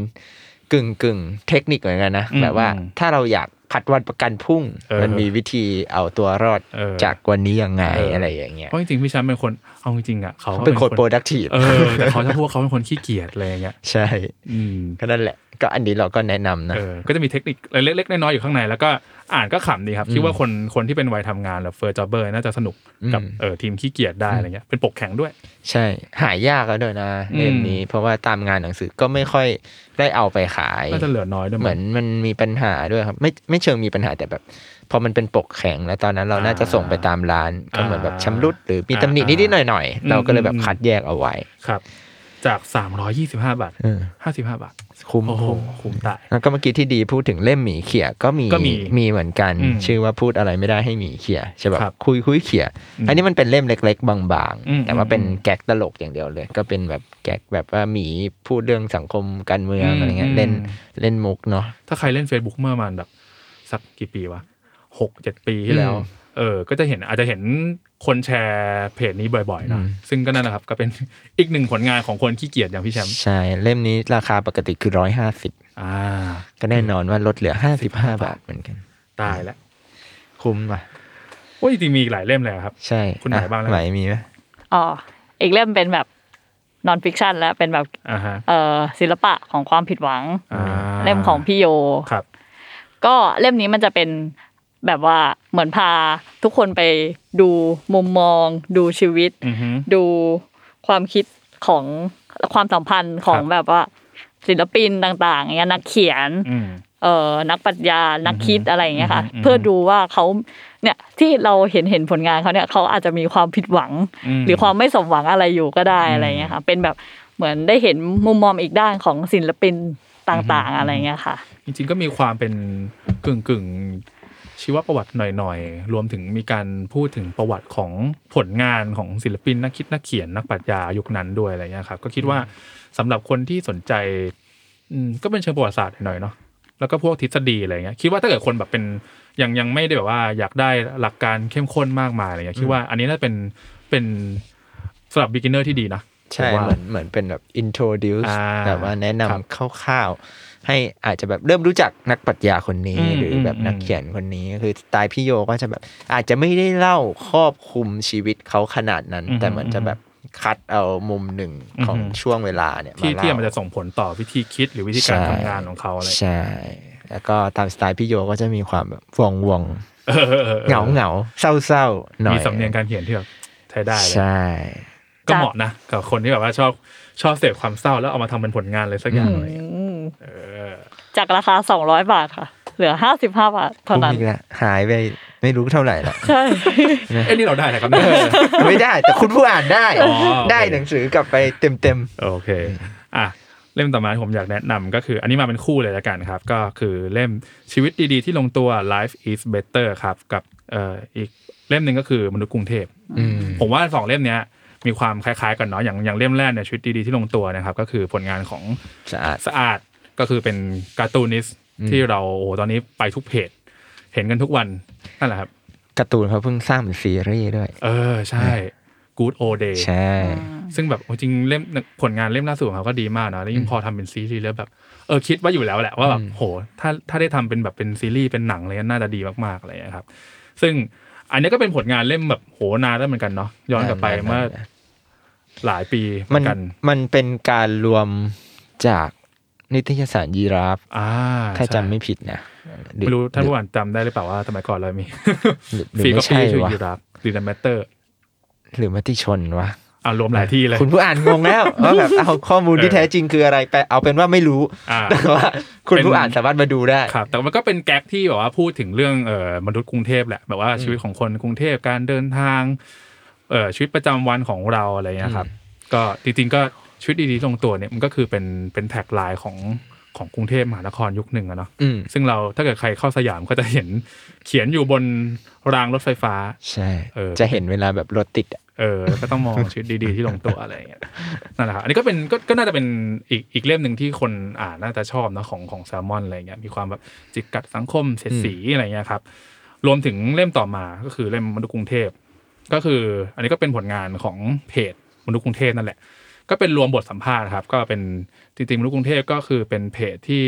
C: กึ่งกึ่งๆเทคนิคเหมือนกันนะ
D: อืม
C: แบบว่า
D: อืม
C: ถ้าเราอยากผัดวันประกันพรุ่ง
D: เออ
C: มันมีวิธีเอาตัวรอด
D: เออ
C: จากวันนี้ยังไง
D: เอออ
C: อะไรอย่างเงี้ย
D: เพราะจริงๆพี่แชมป์เป็นคนเอาจริงๆอ่ะเขาก็
C: เป็นคน productive
D: เออแต่เขาจะพูดว่าเขาเป็นคนขี้เกียจอะไรอย่างเงี้ย
C: ใช่
D: อืม
C: ก็นั่นแหละ ก็อันนี้เราก็แนะนำนะ
D: เออก็จะมีเทคนิคเล็กๆน้อยๆอยู่ข้างใน แล้วก็อ่านก็ขำดีครับคิดว่าคนคนที่เป็นวัยทำงานแบบเฟอร์จอเบอร์น่าจะสนุกกับ
C: อืม
D: เออทีมขี้เกียจได้อะไรเงี้ยเป็นปกแข็งด้วย
C: ใช่ หายากแล้วด้วยนะ
D: อืม
C: เล่มนี้เพราะว่าตามงานหนังสือก็ไม่ค่อยได้เอาไปขาย
D: น่าจะเหลือน้อยด้วย
C: เหมือนมันมีปัญหาด้วยครับ ไม่ไม่เชิงมีปัญหาแต่แบบ พอมันเป็นปกแข็งแล้วตอนนั้นเราน่าจะส่งไปตามร้านก็เหมือนแบบชำรุดหรือมีตำหนินิดๆหน่อยๆเราก็เลยแบบคัดแยกเอาไว้
D: ครับจาก325บาท
C: เออ
D: 55บาท
C: คุ้ม
D: โอ้โห
C: คุ้ม
D: คุ้มตาย
C: แล้วก็เมื่อกี้ที่ดีพูดถึงเล่มหมีเขียก็มี
D: ก็มี
C: เหมือนกัน
D: อืม
C: ชื่อว่าพูดอะไรไม่ได้ให้หมีเขียใช่ป่ะ
D: ครับ
C: คุยคุยเขีย
D: อืม
C: อันนี้มันเป็นเล่มเล็ก ๆ บาง
D: อืม
C: ๆ แต่ว่าเป็น
D: อืม
C: แก๊กตลกอย่างเดียวเลย ก็เป็นแบบแก๊กแบบว่าหมีพูดเรื่องสังคมการเมือง
D: อืม
C: อะไรเงี้
D: อื
C: ย
D: ม
C: เล่นเล่นมุกเนาะ
D: ถ้าใครเล่น Facebook เมื่อประมันแบบ สักกี่ปีวะหกเจ็ดปีที่แล้ว
C: อืม
D: เออ ก็จะเห็นอาจจะเห็นคนแชร์เพจนี้บ่อยๆนะ
C: อืม
D: ซึ่งก็นั่นแหละครับ ก็เป็น อีกหนึ่งผลงานของคนขี้เกียจอย่างพี่แชมป์
C: ใช่เล่มนี้ราคาปกติคือร้อยห้าสิบ
D: อ่า
C: ก็แน่นอนว่าลดเหลือ 55 บาทเหมือนกัน
D: ตายแล้ว
C: คุ้มป่ะ
D: โอ้ยจริงๆมีอีกหลายเล่มเลยครับ
C: ใช่
D: คุณไหน
C: อ่ะ
D: บ้างแล้ว
C: ไหนมีไหม
E: อ๋ออีกเล่มเป็นแบบนอนฟิกชันแล้วเป็นแบบ
D: อ่าฮะ
E: เอ่อศิลปะของความผิดหวัง
D: อ่า
E: เล่มของพี่โย
D: ครับ
E: ก็เล่มนี้มันจะเป็นแบบว่าเหมือนพาทุกคนไปดูมุมมอง ดูชีวิต
D: อือฮึ
E: ดูความคิดของความสัมพันธ์ของ
D: ครับ
E: แบบว่า ศิลปินต่างๆอย่างเงี้ยนักเขียน
D: อืม
E: เอ่อนักปรัชญานักคิดอะไรอย่างเงี้ยค่ะ
D: อืม
E: เพื่อดูว่าเขาเนี่ยที่เราเห็นเห็นผลงานเขาเนี่ยเขาอาจจะมีความผิดหวัง
D: อืม
E: หรือความไม่สมหวังอะไรอยู่ก็ได้
D: อืม
E: อะไรอย่างเงี้ยค่ะ เป็นแบบเหมือนได้เห็นมุมมองอีกด้านของศิลปินต่างๆอะไรอย่างเงี้ยค่ะ
D: จริงๆก็มีความเป็นกึ่งกึ่งๆชีวประวัติหน่อยๆ รวมถึงมีการพูดถึงประวัติของผลงานของศิลปินนักคิดนักเขียนนักปรัชญายุคนั้นด้วยอะไรเงี้ยครับ ก็คิดว่าสำหรับคนที่สนใจอืมก็เป็นเชิงประวัติศาสตร์หน่อยๆเนาะแล้วก็พวกทฤษฎีอะไรเงี้ยคิดว่าถ้าเกิดคนแบบเป็นยังยังไม่ได้แบบว่าอยากได้หลักการเข้มข้นมากมายอะไรเงี้ยคิดว่าอันนี้น่าเป็นเป็นสำหรับ beginner ที่ดีนะ
C: ใช่
D: ผมว่า
C: เหมือนเหมือนเป็นแบบ introduce
D: อ่า
C: แบบว่าแนะน
D: ครับ
C: ำคร่าวๆ ให้อาจจะแบบเริ่มรู้จักนักปรัชญาคนนี้
D: อืม
C: หรือแบบ
D: อืม
C: นักเขียนคนนี้คือสไตล์พี่โยก็จะแบบอาจจะไม่ได้เล่าครอบคลุมชีวิตเขาขนาดนั้น
D: อืม
C: แต่เหมือนจะแบบคัดเอามุมหนึ่งของ
D: อืม
C: ช่วงเวลาเนี่ยมา
D: ที่ที่มัน
C: เล่า
D: จะส่งผลต่อวิธีคิดหรือวิธีการ
C: ใช่
D: ทำงานของเขาอะไร
C: ใช่ แล้วก็ตามสไตล์พี่โยก็จะมีความแบบวงวง
D: เออออ
C: เหงาเหงาเศร้าเศร้าๆหน่อย
D: มีสำเนียงการเขียนที่แบบใช้ได้เลย
C: ใช่
D: ก็เหมาะนะกับคนที่แบบว่าชอบชอบเสพความเศร้าแล้วเอามาทำเป็นผลงานเลยสักอย่าง
C: อืม
D: อะไรอย่างเลยเออ
E: จากราคาสองร้อยบาทค่ะ เหลือห้าสิบห้าบาทเท่า
C: พุ่ง
E: นั้น
C: อีกแล้วหายไปไม่รู้เท่าไหร่ละ
E: ใช่
D: เอ้ยนี่เราได้นะครับเนี่ย
C: ไม่ได้ แต่คุณผู้อ่านได้
D: อ๋อโอเค
C: ได้หนังสือกลับไปเต็มเต็ม
D: โอเค อ่ะ เล่มต่อมาที่ผมอยากแนะนำก็คือ อันนี้มาเป็นคู่เลยละกันครับ ก็คือเล่มชีวิตดีๆ ที่ลงตัว life is better ครับ กับเอ่ออีกเล่มหนึ่งก็คือมนุษย์กรุงเทพ
C: ๆอืม
D: ผมว่าสองเล่มเนี้ยมีความคล้ายๆกันเนาะอย่างอย่างเล่มแรกเนี่ยชีวิตดีๆที่ลงตัวนะครับ ก็คือผลงานของ
C: สะอาด
D: สะอาดก็คือเป็นการ์ตูนิสต์ที่เราโอ้โหตอนนี้ไปทุกเพจ เห็นกันทุกวันนั่นแหละครับ
C: การ์ตูนเขาเพิ่งสร้างเป็นซีรีส์ด้วย
D: เออใช่ Good Old Day
C: ใช่
D: ซึ่งแบบโอ้จริงเล่มผลงานเล่มล่าสุดของเขาก็ดีมากเนอะแล้วยิ่งพอทำเป็นซีรีส์แล้วแบบเออคิดว่าอยู่แล้วแหละว่าแบบโหถ้าถ้าได้ทำเป็นแบบเป็นซีรีส์เป็นหนังอะไรเงี้ยน่าจะดีมากๆอะไรเงี้ยครับ ซึ่งอันนี้ก็เป็นผลงานเล่มแบบโหนานแล้วเหมือนกันเนาะย้อนกลับไปเมื่อหลายปีเหมื
C: มั
D: อน นกัน
C: มันเป็นการรวมจากนิตยสารยีราฟ
D: อ่า
C: ถ้า
D: ใช่
C: จำไม่ผิดนะหอ
D: ไม่รู้ท่านผู้
C: หอ
D: อ่านจำได้หรือเปล่าว่าสมัยก่อนเรามี
C: หรือหรือ
D: ฟรีก็
C: ไม่
D: ฟรี
C: ใช่
D: ชื่อ
C: วะ
D: ยูรับดีนัมเมเตอร์
C: หรือมติชนวะ
D: อ่ารวมหลายที่เลย
C: คุณผู้อ่านงง แล้วว่าแบบเอาข้อมูลที่
D: เออ
C: แท้จริงคืออะไรไปเอาเป็นว่าไม่รู้
D: อ่า
C: แต่ว่าคุณ
D: เป็น
C: ผู้อ่านสามารถมาดูได้
D: ครับ แต่มันก็เป็นแก๊กที่แบบว่าพูดถึงเรื่องเอ่อมนุษย์กรุงเทพแหละแบบว่าชีวิตของคนกรุงเทพการเดินทางเอ่อชีวิตประจำวันของเราอะไรเงี้ยครับ ก็จริงๆก็ชีวิตดีๆลงตัวเนี่ยมันก็คือเป็นเป็นแท็กไลน์ของของกรุงเทพมหานครยุคหนึ่งอะเนาะ
C: อืม
D: ซึ่งเราถ้าเกิดใครเข้าสยามก็จะเห็นเขียนอยู่บนรางรถไฟฟ้า
C: ใช่
D: เออ
C: จะเห็นเวลาแบบรถติดอะ
D: เออแล้วก็ต้องมอง ชีวิตดีๆ ที่ลงตัวอะไรอย่างเงี้ยนั่นแหละครับอันนี้ก็เป็นก็ก็น่าจะเป็นอีกอีกเล่มหนึ่งที่คนอ่านน่าจะชอบเนอะของของแซลมอนอะไรเงี้ยมีความแบบจิกกัดสังคมเสียดสีอะไรเงี้ยครับ รวมถึงเล่มต่อมาก็คือเล่มมนุษย์กรุงเทพ ก็คือ อันนี้ก็เป็นผลงานของเพจมนุษย์กรุงเทพนั่นแหละ ก็เป็นรวมบทสัมภาษณ์ครับ ก็เป็นจริงๆมนุษย์กรุงเทพก็คือเป็นเพจที่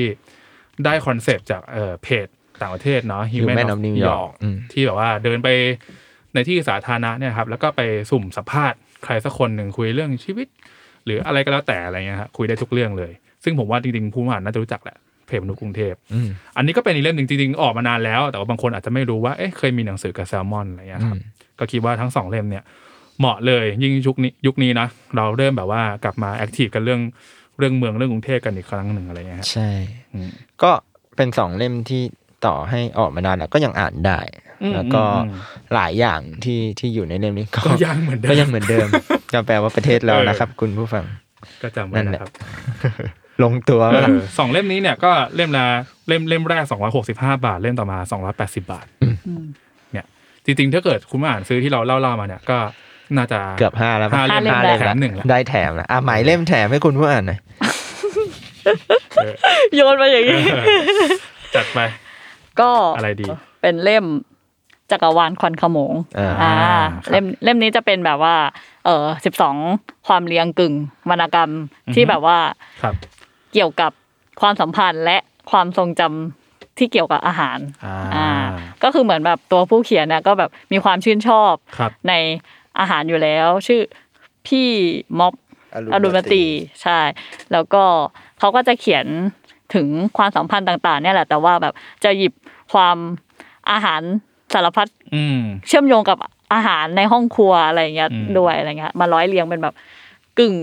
D: ได้คอนเซปต์จากเอ่อเพจต่างประเทศเนาะ
C: อยู่
D: Human
C: แม่
D: of
C: น้ำนิวยอร์ก
D: York ที่แบบว่าเดินไปในที่สาธารณะเนี่ยครับ แล้วก็ไปสุ่มสัมภาษณ์ใครสักคนหนึ่งคุยเรื่องชีวิต หรืออะไรก็แล้วแต่อะไรเงี้ยฮะคุยได้ทุกเรื่องเลย ซึ่งผมว่าจริงๆผู้อ่านน่าจะรู้จักแหละเพจมนุษย์กรุงเทพ อันนี้ก็เป็นอีกเล่มหนึ่งจริงๆออกมานานแล้ว แต่ว่าบางคนอาจจะไม่รู้ว่าเอ๊ะเคยมีหนังสือกับแซลมอนอะไรเงี้ยครับก็คิดว่าทั้งสองเล่มเนี่ย เหมาะเลยยิ่งยุคนี้ยุคนี้นะเราเริ่มแบบว่ากลับมาแอคทีฟกันเรื่องเรื่องเมืองเรื่องกรุงเทพกันอีกครั้งหนึ่งอะไรเงี้ยฮะ
C: ใช่
D: อืม
C: ก็เป็นสองเล่มที่ต่อให้ออกมานานแล้วก็ยังอ่านได้
D: อืม
C: แล้วก็
D: อืม
C: หลายอย่างที่ที่อยู่ในเล่มนี้
D: ก็ยังเหมือนเดิม
C: ก็ยังเหมือนเดิ มก็แปลว่าประเทศเรา
D: เออ
C: นะครับ คุณผู้ฟัง
D: ก็จำ
C: นั่น
D: ไว้
C: แหละ
D: นะครับ
C: ลงตัว
D: เอ
C: ว่า
D: อสองเล่มนี้เนี่ยก็เล่มละเล่มเล่มแรก 265 บาท เล่มต่อมา 280 บาทเนี่ยจริงๆ ถ้าเกิดคุณอ่านซื้อที่เราเล่าๆมาเนี่ยก็น่าจะ
C: เกือบห้าแล้วปะ
D: ห้าเล่ม
C: ห้า
D: แถมหนึ่งละ
C: ได้แถมละอ่ะหมายเล่มแถมให้คุณผู้อ่านหน่อย
E: โยนมาอย่างนี้
D: เออจัดไป
E: ก็
D: อะไรดี
E: เป็นเล่มจักรวาลควันขโมง
C: อ่า
D: อ่าครับ
E: เล่มเล่มนี้จะเป็นแบบว่า เออสิบสองความเรียงกึ่งวรรณกรรมที่แบบว่า
D: ครับ
E: เกี่ยวกับความสัมพันธ์และความทรงจำที่เกี่ยวกับอาหาร
D: อ่า
E: ก็คือเหมือนแบบตัวผู้เขียนนะก็แบบมีความชื่นชอบ
D: ครับ
E: ในอาหารอยู่แล้ว ชื่อพี่ม็อบอรุณมตรีใช่ แล้วก็เขาก็จะเขียนถึงความสัมพันธ์ต่างๆ เนี่ยแหละ แต่ว่าแบบจะหยิบความอาหารสารพัด
D: อืม
E: เชื่อมโยงกับอาหารในห้องครัวอะไรอย่างเงี้ย
D: อืม
E: ด้วยอะไรเงี้ยมาร้อยเรียงเป็นแบบกึ่ง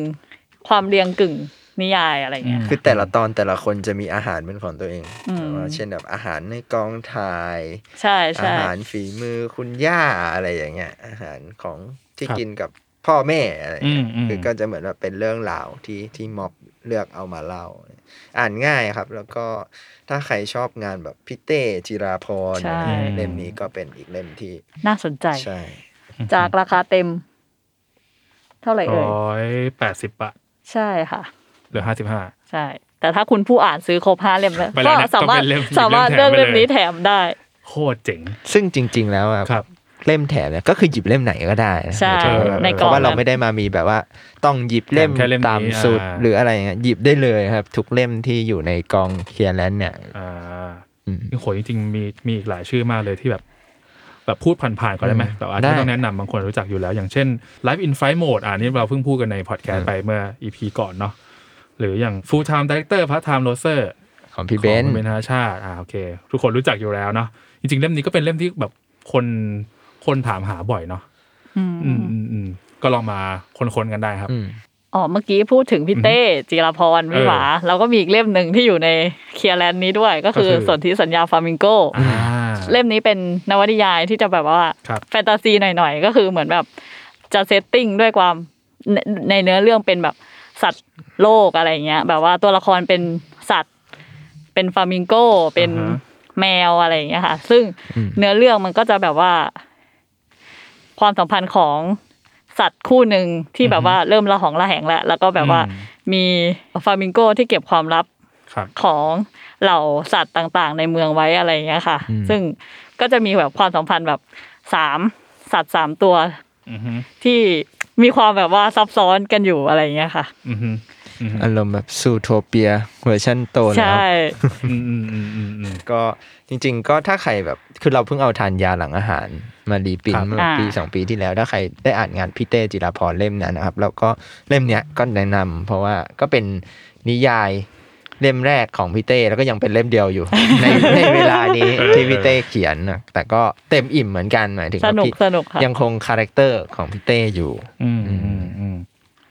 E: ความเรียงกึ่งนิยายอะไรเงี้ย
D: ม
C: คือแต่ละตอนแต่ละคนจะมีอาหารเป็นของตัวเอง
E: อืม
C: แบบว่าเช่นแบบอาหารในกองถ่าย
E: ใช่
C: อา
E: ใช่
C: หารฝีมือคุณย่าอะไรอย่างเงี้ย อาหารของที่
D: ครับ
C: กินกับพ่อแม่อะไรอย่างเงี้ย
D: อืมอืม
C: คือก็จะเหมือนแบบเป็นเรื่องราวที่ที่ม็อบเลือกเอามาเล่า อ่านง่ายครับ แล้วก็ถ้าใครชอบงานแบบพี่เต้จิราพรอะไรเงี้ยเล่มนี้ก็เป็นอีกเล่มที่
E: น่าสนใจ
C: ใช่
E: จากราคาเต็ม เท่าไหร่เอ่ย
D: ร้อยแปดสิบบาท
E: ใช่ค่ะ
D: เหลือห้าสิบห้า
E: ใช่ แต่ถ้าคุณผู้อ่านซื้อครบห้าเล่มแล้ว
D: ไปแล้
E: ก็
D: วเนี่ย
E: สามารถ
D: ต้องเป็นเล่ม
E: สามารถ
D: เล่
E: เลือก
D: มแถมไปเลย
E: เล่มนี้แถมได้
D: โคตรเจ๋ง
C: ซึ่งจริง ๆ แล้วอะ
D: ครับ
C: เล่มแถมเนี่ยก็คือหยิบเล่มไหนก็ได้นะ
E: ใช่ใน
C: เพ
E: กล่อง
C: ราะว่าเรา
E: นั้น
C: ไม่ได้มามีแบบว่าต้องหยิบเล่ม
D: แค่เล่มนี้
C: ตามสุด
D: อ่า
C: หรืออะไรอย่างเงี้ยหยิบได้เลยครับ ทุกเล่มที่อยู่ในกองเคลียร์แลนด์เนี่ย
D: อ่า
C: อืม
D: โอ้โหจริงๆมีมีอีกหลายชื่อมากเลยที่แบบ แบบพูดผ่านๆก่อนได้ไหม
C: อืม
D: แบบว่า
C: ได้
D: ที่ต้องแนะนำบางคนรู้จักอยู่แล้ว อย่างเช่น Live in Flight Mode อ่านี่เราเพิ่งพูดกันในพอดแคสต์ไปเมื่อ EP ก่อนเนาะหรืออย่าง Full Time Director Part Time Loser
C: ของพี่เบน
D: ข
C: ซ์
D: องคุณเบนซ์ธนชาติอ่าโอเค ทุกคนรู้จักอยู่แล้วเนาะจริงๆ เล่มนี้ก็เป็นเล่มที่แบบคนคนถามหาบ่อยเนาะ
E: อื
D: อื
E: ม
D: มอืมอืมก็ลองมาค้นๆกันได้ครับ
C: อืม
E: อ๋อเมื่อกี้พูดถึงพี่เต้จิรพรวิหวาเราก็มีอีกเล่มหนึ่งที่อยู่ในเคียร์แลนด์นี้ด้วย ก็คือ
D: ก็คือ
E: สนธิสัญญาฟามิงโก
D: อ่า
E: เล่มนี้เป็นนวนิยายที่จะแบบว่า
D: ครับ
E: แฟนตาซีหน่อยๆ ก็คือเหมือนแบบจะเซตติ้งด้วยความในในเนื้อเรื่องเป็นแบบสัตว์โลกอะไรเงี้ย แบบว่าตัวละครเป็นสัตว์ เป็นฟลามิงโก เป็น
D: อ่าฮะ
E: แมวอะไรอย่างเงี้ยค่ะ ซึ่งเนื้อเรื่องมันก็จะแบบว่า ความสัมพันธ์ของสัตว์คู่หนึ่งที่แบบว่าเริ่มระหองระแหงแล้วแล้วก็แบบว่ามีฟลามิงโกที่เก็บความลับ
D: ครับ
E: ของเหล่าสัตว์ต่างๆ ในเมืองไว้อะไรอย่างเงี้ยค่ะ ซึ่งก็จะมีแบบความสัมพันธ์แบบสามสัตว์สามตัว
D: อือฮึ
E: ที่มีความแบบว่าซับซ้อนกันอยู่อะไรอย่างเงี้ยค่ะ
D: อือฮึอือฮึ
C: อารมณ์แบบซูโทเปียเวอร์ชันโตแล้ว
E: ใช่
D: อืมอืมอืมอืมอืม
C: ก็จริง ๆ ก็ถ้าใครแบบคือเราเพิ่งเอาทานยาหลังอาหาร มารีปริน
D: ครับ
C: ท์เมื่อปี
E: อ่า
C: สองปีที่แล้ว ถ้าใครได้อ่านงานพี่เต้จิราพรเล่มนั้นนะครับ แล้วก็เล่มเนี้ยก็แนะนำเพราะว่าก็เป็นนิยายเล่มแรกของพี่เต้แล้วก็ยังเป็นเล่มเดียว อยู่ ในในเวลานี้ที่พี่เต้เขียนนะแต่ก็เต็มอิ่มเหมือนกันหมายถึง
E: ส
C: ว่า
E: นุก
C: พี่
E: สนุกค่ะ
C: ยังคงคาแรคเตอร์ของพี่เต้อยู่
D: อืมอืมอืมอืม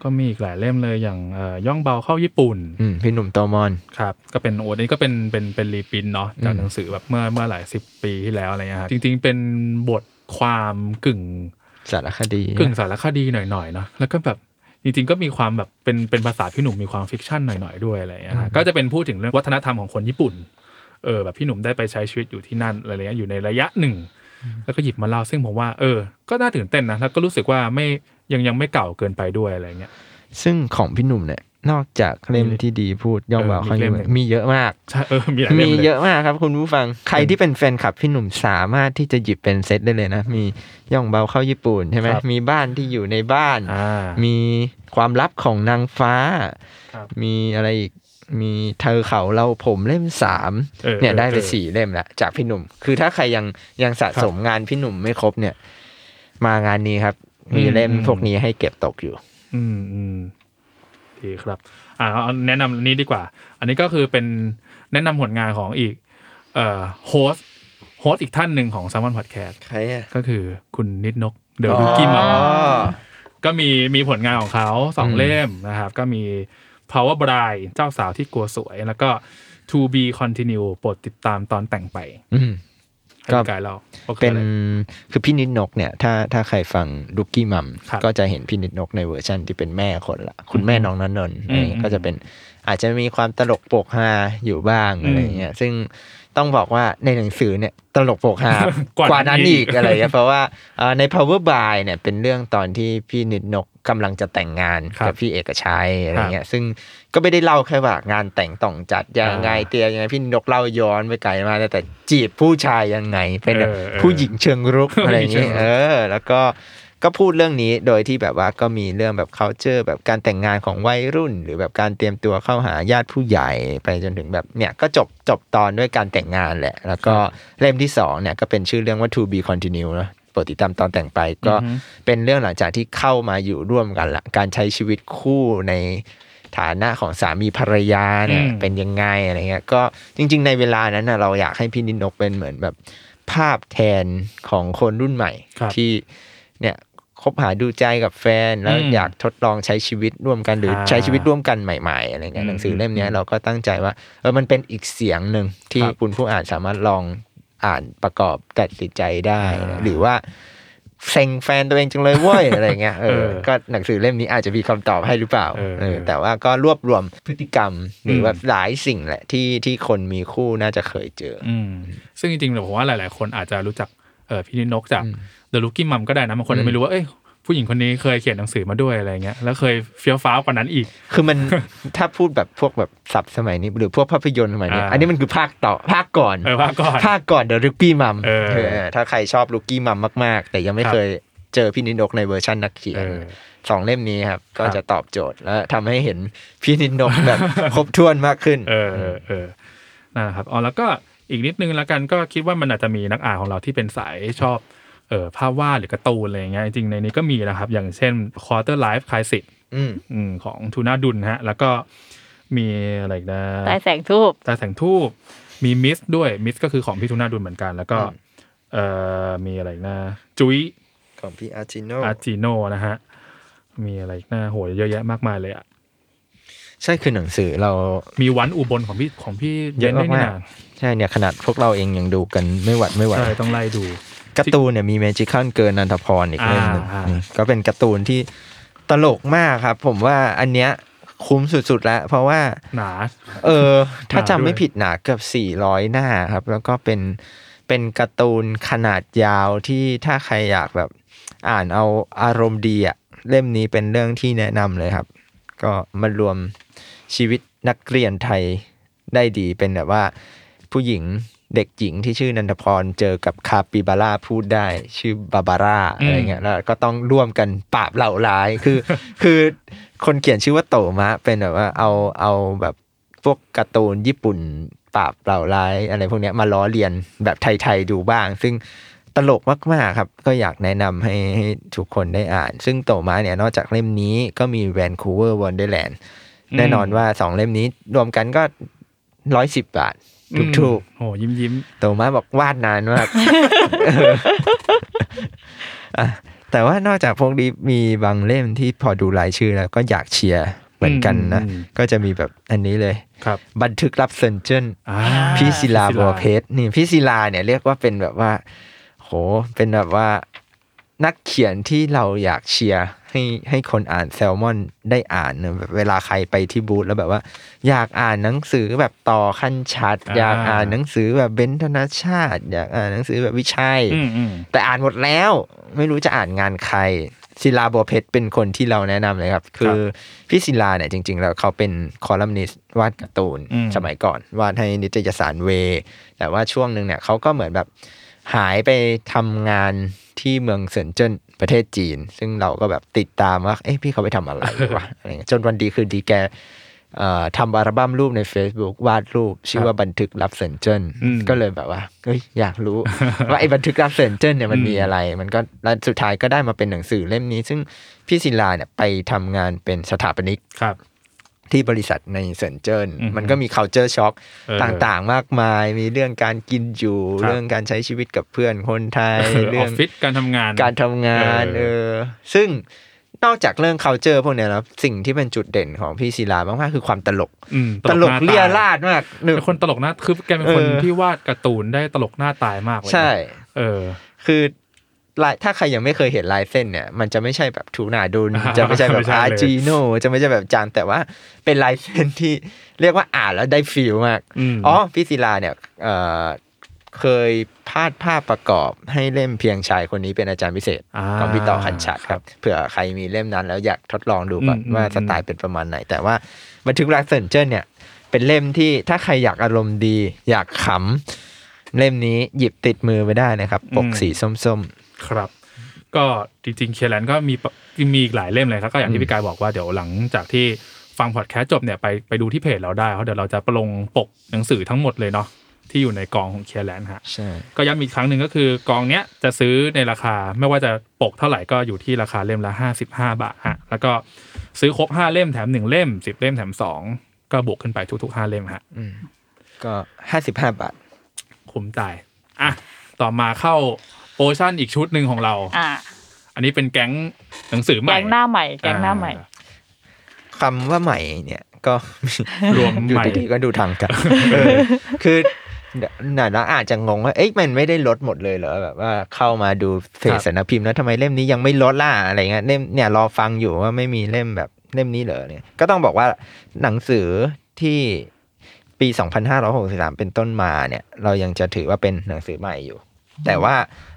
D: ก็มีอีกหลายเล่มเลยอย่างเอ่อย่องเบาเข้าญี่ปุ่น
C: อืมพี่หนุ่มโตมอน
D: ครับก็เป็นโอ้นี่ก็เป็นเป็นเป็นรีพินเนาะจากหนังสือแบบเมื่อเมื่อหลายสิบปีที่แล้วอะไรเงี้ยครับจริงๆ เป็นบทความกึ่ง
C: สารคดี
D: กึ่งสารคดีหน่อยๆเนาะแล้วก็แบบจริงๆ ก็มีความแบบเป็นเป็นภาษาพี่หนุ่มมีความฟิกชันหน่อยๆด้วยอะไรเงี้ยฮะก็จะเป็นพูดถึงเรื่องวัฒนธรรมของคนญี่ปุ่นเออแบบพี่หนุ่มได้ไปใช้ชีวิตอยู่ที่นั่นอะไรเงี้ยอยู่ในระยะหนึ่ง แล้วก็หยิบมาเล่าซึ่งผมว่าเออ ก็น่าตื่นเต้นนะแล้วก็รู้สึกว่าไม่ยังยังไม่เก่าเกินไปด้วยอะไรเงี้ย
C: ซึ่งของพี่หนุ่มเนี่ยนอกจากเล่มที่ดีพูดย่องเบา
D: เออมี
C: ข้าง
D: เล่
C: นี้
D: มหนึ่ง
C: มีเยอะมาก
D: ใช่เออมีหลายเล่
C: มี
D: มเลย
C: เยอะมากครับคุณผู้ฟัง ใครที่เป็นแฟนคลับพี่หนุ่มสามารถที่จะหยิบเป็นเซตได้เลยนะ มีย่องเบาเข้าญี่ปุ่นใช่ไหม
D: ครับ
C: มีบ้านที่อยู่ในบ้าน
D: อ่า
C: มีความลับของนางฟ้า
D: ครับ
C: มีอะไรอีก มีเธอเขาเราผมเล่มสาม
D: เออ
C: เนี่ยได้ไป
D: เออ
C: สี่เล่มละจากพี่หนุ่ม คือถ้าใครยังยังสะสมงานพี่หนุ่มไม่ครบเนี่ย มางานนี้ครับ มี
D: อืม
C: เล่ม
D: อืม
C: พวกนี้ให้เก็บตกอยู่
D: อืมอืมดีครับ อ่าเอาแนะนำอันนี้ดีกว่า อันนี้ก็คือเป็นแนะนำผลงานของอีก เอ่อโฮสโฮสอีกท่านหนึ่งของ s ซ m o n Podcast
C: ใครอ่ะ
D: ก็คือคุณนิดนก เดอะรุกี้มาก็มีมีผลงานของเขาสองเล่มนะครับ ก็มี Power Bride เจ้าสาวที่กลัวสวย แล้วก็ To Be Continue โปรดติดตามตอนแต่งไป
C: อืม
D: ให้
C: ก็
D: พี่กายเราว่าคือ
C: เป็น
D: อะไร
C: คือพี่นิดนกเนี่ย ถ้าถ้าใครฟังดุกกี้มัม
D: ครับ
C: ก็จะเห็นพี่นิดนกในเวอร์ชั่นที่เป็นแม่คนละ คุณแม่น้องนนนท์
D: อื
C: อะไร
D: ม
C: เงี้ยก็จะเป็นอาจจะมีความตลกโปกฮาอยู่บ้าง
D: อืม
C: อะไรเงี้ยซึ่งต้องบอกว่าในหนังสือเนี่ยตลกโปก ฮาก
D: ว่านั้น
C: กว่านั้น
D: อี
C: อี
D: ก
C: กอะไรเงี้ยเพราะว่าเอ่อใน power by เนี่ยเป็นเรื่องตอนที่พี่นิดนกกำลังจะแต่งงานกับพี่เอกชัยอะไรเงี้ยซึ่งก็ไม่ได้เล่าแค่ว่างานแต่งต้องจัดยังไงเตรียมยังไงพี่นิดนกเล่าย้อนไปไกลมากเลยแต่จีบผู้ชายยังไง เป็นแบบ
D: เออเออ
C: ผู้หญิงเชิง รุก อะไรอย่าง
D: ผู้หญิ
C: เงี้ย
D: งเชิงรุก
C: เออ แล้วก็ก็พูดเรื่องนี้โดยที่แบบว่าก็มีเรื่องแบบ c u เจอร์แบบการแต่งงานของวัยรุ่น หรือแบบการเตรียมตัวเข้าหาญาติผู้ใหญ่ไปจนถึงแบบเนี่ยก็จบจบตอนด้วยการแต่งงานแหละ แล้วก็เล่มที่สองเนี่ยก็เป็นชื่อเรื่องว่า to be continue เนอะโปรดติดตามตอนแต่งไปก็
D: อือฮึ
C: เป็นเรื่องหลังจากที่เข้ามาอยู่ร่วมกันละการใช้ชีวิตคู่ใน ฐานะของสามีภรรยาเนี่ย
D: อืม
C: เป็นยังไงอะไรเงี้ยก็จริง ๆ ในเวลานั้นนะเราอยากให้พี่นิดนกเป็นเหมือนแบบภาพแทนของคนรุ่นใหม่
D: ครับ
C: ที่เนี่ยคบหาดูใจกับแฟน แล้ว
D: อืม
C: อยากทดลองใช้ชีวิตร่วมกันหรืออา ใช้ชีวิตร่วมกันใหม่ๆอะไรเงี้ย
D: อืม
C: หนังสือเล่มเนี้ยเราก็ตั้งใจว่าเออมันเป็นอีกเสียงหนึ่งที่
D: ครับ
C: คุณผู้อ่านสามารถลองอ่านประกอบตัดสินใจได้นะ
D: อ่า
C: หรือว่าเซ็งแฟนตัวเองจังเลยเว้ยอะไรเงี้ยเอ
D: เอ
C: อ
D: อ
C: ก็หนังสือเล่มนี้อาจจะมีคำตอบให้หรือเปล่า
D: เออ
C: เออ
D: เออ
C: แต่ แต่ว่าก็รวบรวมพฤติกรรมหรืออ
D: ม
C: แบบหลายสิ่งแหละที่ที่คนมีคู่น่าจะเคยเจอ
D: อืมซึ่งจริงๆเนี่ยผมว่าหลาย ๆ คนอาจจะรู้จักเออพี่นิดนกจาก The Looking Mom ก็ได้นะบางคนอาจจะไม่รู้ว่าเอ้ยผู้หญิงคนนี้เคยเขียนหนังสือมาด้วยอะไรเงี้ยแล้วเคยเฟี้ยวฟ้าวกว่านั้นอีก
C: คือมัน ถ้าพูดแบบพวกแบบศัพท์สมัยนี้ หรือพวกภาพยนตร์สมัยนี้
D: อ่า
C: อันนี้มันคือภาคต่อภาคก่อน
D: เออว่าก่อน
C: ภาคก่อนเดอะลุกกี้มัม
D: เออ
C: ถ้าใครชอบลุกกี้มัมมาก ๆ แต่ยังไม่
D: ครับ
C: เคยเจอพี่นิดนกในเวอร์ชันนักเขียน
D: เออ
C: สองเล่มนี้ครับ ก็
D: ครับ
C: จะตอบโจทย์และทำให้เห็นพี่นิดนกแบบ ครบถ้วนมากขึ้น
D: เออเออเออนั่นแหละครับอ๋อแล้วก็อีกนิดนึงแล้วกันก็คิดว่ามันอาจจะมีนักอ่านของเราที่เป็นสายชอบเออภาพวาดหรือการ์ตูนอะไรเงี้ยจริงๆในนี้ก็มีนะครับ อย่างเช่น Quarter Life Crisis
C: อืม
D: อืมของทูน่าดุนฮะ แล้วก็ มีอะไรอีกนะ
E: ใต้แสงทูบ
D: ใต้แสงทูบมีมิสด้วยมิสก็คือของพี่ทุน่าดุลเหมือนกัน แล้วก็เอ่อมีอะไรอีกนะจุ้ย
C: ของพี่อาร์จิโน
D: อาร์จิโนนะฮะ มีอะไรอีกนะโหเยอะแยะมากมายเลยอ่ะ
C: ใช่คือหนังสือเรา
D: มีวันอุบลของพี่ของพี่
C: เยอะ
D: บนซ์ด้วย
C: มาก
D: นี่น
C: ๆใช่เนี่ยขนาดพวกเราเองยังดูกันไม่หวัดไม่ไหว
D: ใช่ต้องไล่ดู
C: การ์ตูนเนี่ยมีเมจิคัลเกินนันทพรอีกเล่มหนึง
D: อ่า
C: อืมก็เป็นการ์ตูนที่ตลกมากครับ ผมว่าอันเนี้ยคุ้มสุดๆแล้ว เพราะว่า
D: หนา
C: เออ ถ้า
D: หนาด้
C: จำ
D: วย
C: ไม่ผิดหนาเกือบ400 หน้าครับ แล้วก็เป็นเป็นการ์ตูนขนาดยาวที่ถ้าใครอยากแบบ อ่านเอาอารมณ์ดีอะเล่มนี้เป็นเรื่องที่แนะนำเลยครับ ก็มารวมชีวิตนักเรียนไทยได้ดีเป็นแบบว่า ผู้หญิงเด็กหญิงที่ชื่อนันทพรเจอกับคาปิบาร่าพูดได้ชื่อบาบาร่า
D: อืม
C: อะไรเงี้ยแล้วก็ต้องร่วมกันปราบเหล่าร้ายคือ คือคนเขียนชื่อว่าโตมะ เป็นแบบว่าเอาเอาแบบพวกการ์ตูนญี่ปุ่นปราบเหล่าร้ายอะไรพวกเนี้ยมาล้อเลียนแบบไทยๆดูบ้าง ซึ่งตลกมากๆครับ ก็อยากแนะนำให้ให้ทุกคนได้อ่าน ซึ่งโตมะเนี่ยนอกจากเล่มนี้ก็มีแวนคูเวอร์วอนเดอร์แลนด์แน่นอนว่าสองเล่มนี้รวมกันก็ร้อยสิบบาทถูกๆ
D: อืมโหยิ้มยิ้ม
C: โตมาบอกวาดนานมาก อ่ะแต่ว่านอกจากพวกนี้มีบางเล่มที่พอดูรายชื่อแล้วก็อยากเชียร์เหมือนกันนะ ก็จะมีแบบอันนี้เลย
D: ครับ
C: บันทึกรับเซนเจน
D: อ่า
C: พี่ศิลาบัวเพชรนี่พี่ศิลาเนี่ยเรียกว่าเป็นแบบว่า โห เป็นแบบว่านักเขียนที่เราอยากเชียร์ให้ให้คนอ่านแซลมอนได้อ่านเนอะแบบเวลาใครไปที่บูธแล้วแบบว่า อยากอ่านหนังสือแบบต่อขั้นชัด
D: อ่า
C: อยากอ่านหนังสือแบบเบนทนชาติ อยากอ่านหนังสือแบบวิชัย
D: อืมอืม
C: แต่อ่านหมดแล้ว ไม่รู้จะอ่านงานใครศิลาบัวเพชรเป็นคนที่เราแนะนำเลยครับ คือพี่ศิลาเนี่ยจริง ๆ แล้วเขาเป็นคอลัมนิสต์วาดการ์ตูนสมัยก่อน วาดให้นิตยสารเว แต่ว่าช่วงหนึ่งเนี่ยเขาก็เหมือนแบบหายไปทำงานที่เมืองเซินเจิ้นประเทศจีน ซึ่งเราก็แบบติดตามว่า เอ๊ะพี่เขาไปทำอะไร วะ อะไรเงี้ยจนวันดีคือดีแกเอ่อทำอัลบั้มรูปใน Facebook วาดรูป ชื่อว่าบันทึกรับเซินเจิ้นก็เลยแบบว่าเฮ้ยอยากรู้ ว่าไอ้บันทึกรับเซินเจิ้นเนี่ยมันมีอะไร มันก็แล้วสุดท้ายก็ได้มาเป็นหนังสือเล่มนี้ ซึ่งพี่ศิลาเนี่ยไปทำงานเป็นสถาปนิก
D: ครับ
C: ที่บริษัทในเซินเจิ้น
D: อืม
C: มันก็มี culture shock
D: เออ
C: ต่างๆ มากมาย มีเรื่องการกินอยู่
D: ครับ
C: เรื่องการใช้ชีวิตกับเพื่อนคนไทย
D: เอออ
C: เรื่
D: อฟฟิศการทำงาน
C: การทำงาน
D: เอ
C: เอ
D: อ
C: อซึ่งนอกจากเรื่อง culture พวกเนี้ยแล้วสิ่งที่เป็นจุดเด่นของพี่ศิลามากๆคือความตลก
D: อืม
C: ตลก
D: หน้า
C: เลีย
D: ต
C: ราดมากหนึ่ง
D: เป็นคนตลกหน้าคือแกเป็นคน
C: เออ
D: ที่วาดการ์ตูนได้ตลกหน้าตายมากเลยนะ
C: ใช่
D: เออ
C: คือลายถ้าใครยังไม่เคยเห็นลายเส้นเนี่ย มันจะไม่ใช่แบบทูนาดุ น
D: อ่า
C: จะไม่ใช่แบ
D: ไม่
C: บ
D: ใช่
C: อา
D: เลย
C: ร์จีโนจะไม่ใช่แบบจานแต่ว่าเป็นลายเส้นที่เรียกว่าอ่านแล้วได้ฟีลมาก
D: อืม
C: อ๋อพี่ศิลาเนี่ยเอ่อเคยพาดภาพประกอบให้เล่มเพียงชายคนนี้เป็นอาจารย์พิเศษ
D: อ่า
C: ของพี่ต่อขันฉัดครับเผื่อใครมีเล่มนั้นแล้วอยากทดลองดูก่อน
D: อืม
C: ว่า
D: อืม
C: สไตล์เป็นประมาณไหน แต่ว่าบันทึกรักเซนเจอร์เนี่ย เป็นเล่มที่ถ้าใครอยากอารมณ์ดี อยากขำ เล่มนี้หยิบติดมือไปได้นะครับ ปก
D: อืม
C: สีส้ม
D: ครับ ก็จริงๆเคแลนก็มีปะมีอีกหลายเล่มเลยครับ ก็อย่างที่พี่กายบอกว่าเดี๋ยวหลังจากที่ฟังพอดแคสต์จบเนี่ยไปไปดูที่เพจเราได้เพราะเดี๋ยวเราจะประลงปกหนังสือทั้งหมดเลยเนาะที่อยู่ในกองของเคแลนฮะ
C: ๆ ใช่
D: ก็ย้ำอีกครั้งหนึ่งก็คือกองเนี้ยจะซื้อในราคาไม่ว่าจะปกเท่าไหร่ก็อยู่ที่ราคาเล่มละ 55 บาทฮะแล้วก็ซื้อครบ 5 เล่มแถม 1 เล่ม 10 เล่มแถม 2 ก็บวกขึ้นไปทุก ๆ 5 เล่มฮะ
C: ก็ห้าสิบห้าบาท
D: คุ้มใจายอ่ะต่อมาเข้าโอชั่นอีกชุดหนึ่งของเรา
E: อ่า
D: อันนี้เป็นแก๊งหนังสือใหม่
E: แก๊งหน้าใหม่แก๊งหน้าใหม่
D: อ่
C: คำว่าใหม่เนี่ยก็
D: รวม
C: อยู่
D: ใหม่
C: ดีๆก็ดูทาง กัน เออคือหน่ะเราอาจจะงงว่า เอ๊ะมันไม่ได้ลดหมดเลยเหรอแบบว่าเข้ามาดูเพ
D: ครั
C: จ
D: บ
C: สำนักพิมพ์แล้วทำไมเล่มนี้ยังไม่ลดล่ะอะไรเงี้ยเล่มเนี่ยรอฟังอยู่ว่าไม่มีเล่มแบบเล่มนี้เหรอเนี่ยก็ต้องบอกว่าหนังสือที่ปี 2563 เป็นต้นมาเนี่ย เรายังจะถือว่าเป็นหนังสือใหม่อยู่ แต่ว่า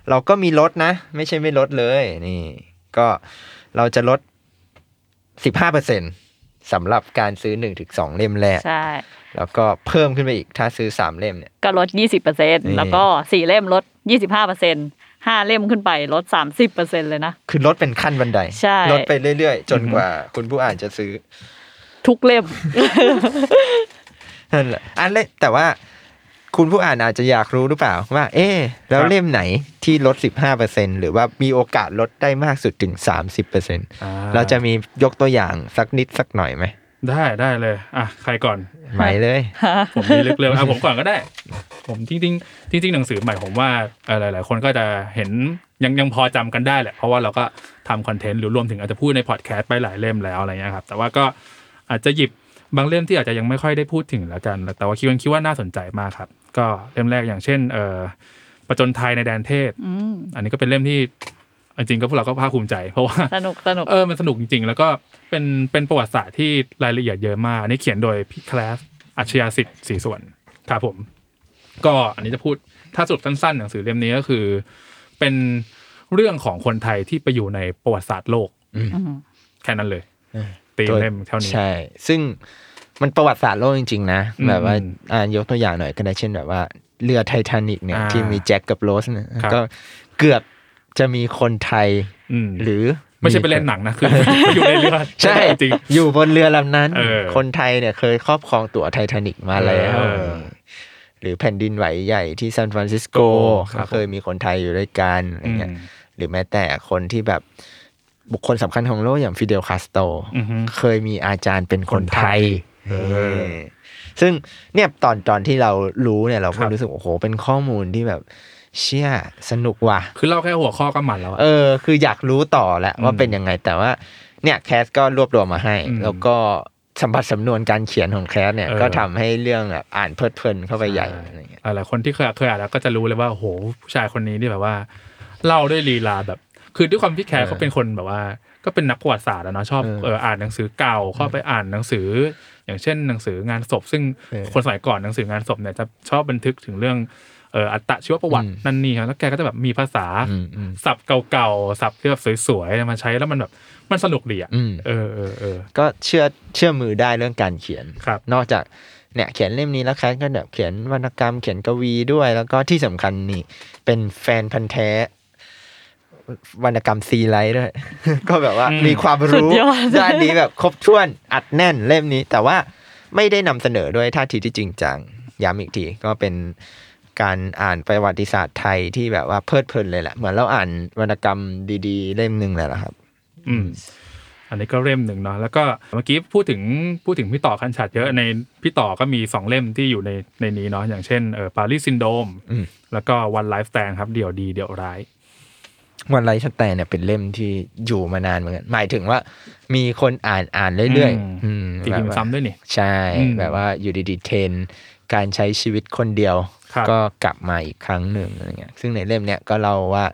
C: เราก็มีลดนะ ไม่ใช่ไม่ลดเลยนี่ ก็เราจะลด 15%สำหรับการซื้อ 1-2 เล่มแรก
E: ใช่
C: แล้วก็เพิ่มขึ้นไปอีกถ้าซื้อสามเล่มเนี่ย
E: ก็ลด 20%แล้วก็สี่เล่มลด 25% 5 เล่มขึ้นไปลด 30%เลยนะ
C: คือลดเป็นขั้นบันได
E: ใช่
C: ลดไปเรื่อยๆ จนกว่าคุณผู้อ่านจะซื้อ
E: ทุกเล่ม
C: นั่นแหละอันเล่แต่ว่าคุณผู้อ่านอาจจะอยากรู้หรือเปล่าว่า เอ๊ะแล้วเล่มไหนที่ลด 15%หรือว่ามีโอกาสลดได้มากสุดถึง 30%
D: อ่า
C: เราจะมียกตัวอย่างสักนิดสักหน่อยไหม
D: ได้ได้เลยอ่ะใครก่อน
C: ไหมเลย
D: ผมมีลึกเร็วอ่ะผมก่อนก็ได้ ผมจริงๆจริง ๆ หนังสือใหม่ผมว่าเอ่อหลาย ๆ คนก็จะเห็นยังยังพอจำกันได้แหละ เพราะว่าเราก็ทำคอนเทนต์หรือรวมถึงอาจจะพูดในพอดแคสต์ไปหลายเล่มแล้วอะไรเงี้ยครับ แต่ว่าก็อาจจะหยิบบางเล่มที่อาจจะยังไม่ค่อยได้พูดถึงแล้วกัน แต่ว่าคิดว่าคิดว่าน่าสนใจมากครับ ก็เล่มแรกอย่างเช่น เอ่อประจนไทยในแดนเทพ
E: อืม
D: อันนี้ก็เป็นเล่มที่จริงๆก็พวกเราก็ภาคภูมิใจ เพราะว่า
E: สนุกสนุก
D: เออ มันสนุกจริง ๆ แล้วก็เป็นเป็นประวัติศาสตร์ที่รายละเอียดเยอะมาก อันนี้เขียนโดยพี่แคลสอัจฉริยสิทธิ์สีส่วนครับผม ก็อันนี้จะพูดถ้าสรุปสั้นๆ หนังสือเล่มนี้ก็คือ เป็นเรื่องของคนไทยที่ไปอยู่ในประวัติศาสตร์โลก แค่นั้นเลย
C: อืม
D: ตีมเล่มเท่านี้
C: ใช่ ซึ่งมันประวัติศาสตร์โลกจริง ๆ นะ
D: อืม
C: แบบว่าอ่ายกตัวอย่างหน่อยก็ได้เช่นแบบว่าเรือไททานิกเนี่ย
D: อ่า
C: ที่มีแจ็คกับโรสเนี่ย
D: ครับ
C: ก็เกือบจะมีคนไทย
D: อืม
C: หรือ
D: ไม่ใช่ไปเล่นหนังนะคือ ไปอยู่ในเรือ
C: ใช่
D: จริง
C: อยู่บนเรือลำนั้น
D: เออ
C: คนไทยเนี่ยเคยครอบครองตั๋วไททานิกมาแล้ว
D: เออ
C: หรือแผ่นดินไหวใหญ่ที่ซานฟรานซิสโก
D: ครับ
C: ก็เคยมีคนไทยอยู่ด้วยกันอะไร
D: อืม
C: เงี้ย หรือแม้แต่คนที่แบบบุคคลสำคัญของโลกอย่างฟิเดลคาสโตร
D: อือฮึ
C: เคยมีอาจารย์เป็นคนไทย
D: คนไทยเออ
C: เออซึ่งเนี่ยตอนตอนที่เรารู้เนี่ยเรา
D: ค
C: ก็
D: รับ
C: รู้สึกโอ้โห เป็นข้อมูลที่แบบ เชี่ยสนุกว่ะ
D: คือเล่าแค่หัวข้อก็หมันแล้วอะ
C: เออ คืออยากรู้ต่อแหละว่าเป็นยังไง แต่ว่าเนี่ยแคสก็รวบรวมมาให้
D: อืม
C: แล้วก็สัมผัสสำนวนการเขียนของแคสเนี่ย
D: เออ
C: ก็ทำให้เรื่องแบบอ่านเพลิดเพลินเข้าไปใหญ่อะไรเงี้ย
D: หลายๆคนที่เคยเคยอ่านแล้วก็จะรู้เลยว่าโอ้โหผู้ชายคนนี้นี่แบบว่า เล่าด้วยลีลาแบบ คือด้วยความที่แคร์เขาเป็นคนแบบว่า ก็เป็นนักประวัติศาสตร์อะเนาะชอบ
C: เออ
D: เอออ่านหนังสือเก่าเข้าไปอ่านหนังสือ อย่างเช่นหนังสืองานศพ ซึ่ง
C: เออ
D: คนสมัยก่อนหนังสืองานศพเนี่ยจะชอบบันทึกถึงเรื่องเอออัตชีวประวัติ
C: อืม
D: นั่นนี่ครับแล้วแกก็จะแบบมีภาษา
C: อืมอืม
D: ศัพท์เก่าๆศัพท์ที่แบบสวยๆมาใช้แล้วมันแบบมันสนุกดีอ่ะ
C: อืม
D: เออเออเออ
C: ก็เชื่อเชื่อมือได้เรื่องการเขียน
D: ครับ
C: นอกจากเนี่ยเขียนเล่มนี้แล้วแคทก็แบบเขียนวรรณกรรมเขียนกวีด้วย แล้วก็ที่สำคัญนี่ เป็นแฟนพันธ์แท้ วรรณกรรมซีไลท์ด้วย ก็แบบว่ามีความรู้
E: สุดยอด
C: ด้านนี้แบบครบถ้วนอัดแน่นเล่มนี้ แต่ว่าไม่ได้นำเสนอด้วยท่าทีที่จริงจังย้ำอีกทีก็เป็นการอ่านประวัติศาสตร์ไทยที่แบบว่าเพลิดเพลินเลยแหละเหมือนเราอ่านวรรณกรรมดีๆ เล่มหนึ่งเลยละครับ
D: อืมอันนี้ก็เล่มหนึ่งเนาะแล้วก็เมื่อกี้พูดถึงพูดถึงพี่ต่อคันฉัดเยอะในพี่ต่อก็มีสองเล่มที่อยู่ในในนี้เนาะอย่างเช่นเออปารีสซินโดม
C: อืม
D: แล้วก็วันไลฟ์สแตนครับเดี่ยวดีเดี่ยวร้าย
C: วันไลท์สแตนเนี่ยเป็นเล่มที่อยู่มานานเหมือนกันหมายถึงว่ามีคนอ่านอ่านเรื่อย
D: อืม
C: ๆอืม
D: ตีพิมพ์ซ้ำด้วยนี่
C: ใช่
D: อืม
C: แบบว่าอยู่ดีๆเทรนด์การใช้ชีวิตคนเดียว
D: ครับ
C: ก็กลับมาอีกครั้งหนึ่งอะไรเงี้ยซึ่งในเล่มเนี่ยก็เล่าว่า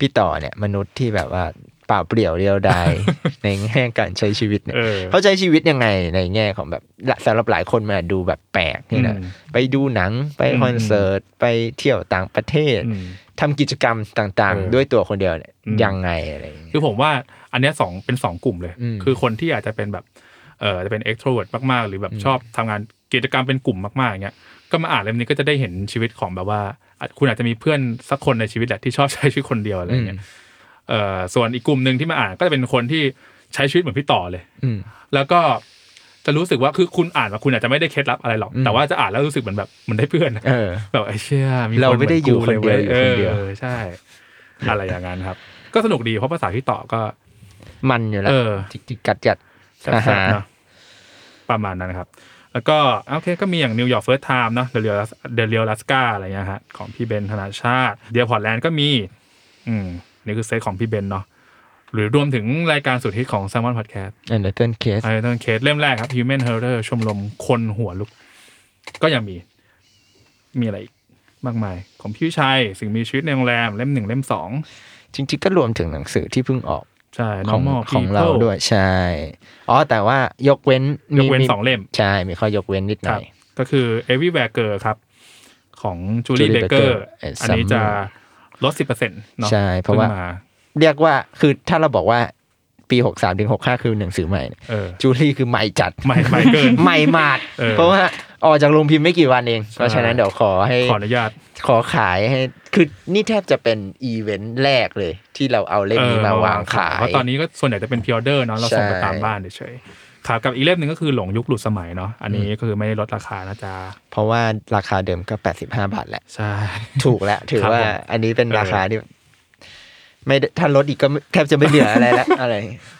C: พี่ต่อเนี่ยมนุษย์ที่แบบว่าเปล่าเปลี่ยวเดียวดาย ในแง่การใช้ชีวิตเนี่ย
D: เออ
C: เขาใช้ชีวิตยังไงในแง่ของแบบสำหรับหลายคนมันอาจดูแบบแปลกนี่นะ
D: อืม
C: ไปดูหนังไป
D: อืม
C: คอนเสิร์ตไปเที่ยวต่างประเทศ
D: อืม
C: ทำกิจกรรมต่าง
D: เออ
C: ๆ ด้วยตัวคนเดียวเนี่ย
D: อืม
C: ยังไงอะไรอย่างเงี้ย
D: คือผมว่าอันเนี้ยสองเป็นสองกลุ่มเลย
C: อืม
D: คือคนที่อาจจะเป็นแบบเออจะเป็น extrovert มากๆ หรือแบบชอบทำงานกิจกรรมเป็นกลุ่มมากๆอย่างเงี้ยก็มาอ่านเล่มนี้ก็จะได้เห็นชีวิตของแบบว่าอาจคุณอาจจะมีเพื่อนสักคนในชีวิตแหละที่ชอบใช้ชีวิตคนเดียวอะไรอย่างเงี้ยเออส่วนอีกกลุ่มหนึ่งที่มาอ่านก็จะเป็นคนที่ใช้ชีวิตเหมือนพี่ต่อเลย
C: อืม
D: แล้วก็จะรู้สึกว่าคือคุณอ่านมาคุณอาจจะไม่ได้เคล็ดลับอะไรหรอก แต่ว่าจะอ่านแล้วรู้สึกเหมือนแบบเหมันได้เพื่อนอะ
C: เออ
D: แบบไอ้เชี่ยมี
C: เรา
D: คนเห
C: ไม่
D: มือน
C: ได้อยู่
D: กูเลย
C: คนเดียวอยู่คน
D: เอ
C: เดียว
D: อใช่ อะไรอย่างนั้นครับ ก็สนุกดีเพราะภาษาพี่ต่อก็
C: มันอยู่แล้ว
D: เออ
C: จิกกัดจัด
D: แซ่บๆเนอะประมาณนั้นครับ แล้วก็โอเคก็มีอย่างนิวยอร์กเฟิร์สไทม์เนาะเดลเรียเดลเรียลัสกาอะไรเงี้ยฮะของพี่เบนธนาชาติเดียพอร์ตแลนด์ก็มี อืมนี่คือเซตของพี่เบนเนาะหรือรวมถึงรายการสุดฮิตของ s ซ m o n Podcast
C: อันเดอร์เทิร์นเคส
D: ไอ้ต้นเคสเล่มแรกครับ Human Horror ชมรมคนหัวลุก ก็ยังมี มีอะไรอีกมากมาย ของพี่วิชัยสิ่งมีชีวิตในโรงแรม เล่มหนึ่งเล่มสอง
C: จริงๆก็รวมถึงหนังสือที่เพิ่งออก
D: ใช่
C: ของ
D: Normal
C: ของเรา
D: People
C: ด้วยใช่ อ๋อ แต่ว่ายกเว้น
D: ยกเว้นสองเล่ม
C: ใช่ มีข้อยกเว้นนิดหน่
D: ครั
C: อบ ย
D: ก็คือ Everywhere Girl ครับ ของจูลี่
C: Julie
D: เบเกอ
C: Baker
D: ร์
C: and
D: อันนี้จะ
C: Summer
D: ลดสิบเปอร์เซ็นต์เนาะ
C: ใช่เพราะว่า
D: ขึ้นม
C: เรียกว่าคือถ้าเราบอกว่าปี 63ถึง65 คือหนังสือใหม่เนี่ย
D: เออ
C: จูลี่คือใหม่จัด
D: ใหม่ใหม่เกิน
C: ใหม่มาด
D: เออ
C: เพราะว่าออกจากโรงพิมพ์ไม่กี่วันเอง
D: ใช่
C: เพราะฉะนั้นเดี๋ยวขอให้
D: ขออนุญาต
C: ขอขายให้ คือนี่แทบจะเป็นอีเวนต์แรกเลย ที่เราเอาเล่มนี้มาวางขาย
D: เพราะตอนนี้ก็ส่วนใหญ่จะเป็นพิออเดอร์เนาะเราส่งไป
C: ใช่
D: ตามบ้านเฉยๆครับกับอีกเล่มหนึ่งก็คือหลงยุคหลุดสมัยเนาะอันนี้ก็คือไม่ได้ลดราคานะจ๊ะ
C: เพราะว่าราคาเดิมก็ 85 บาทแหละ
D: ใช่
C: ถูกแล้ว ถือ
D: ครับ
C: ว่า
D: ผม
C: อันนี้เป็นราคาที่ ไม่ได้ถ้าลดอีกก็ไม่แทบจะไม่เหลืออะไร แล้ว อะไร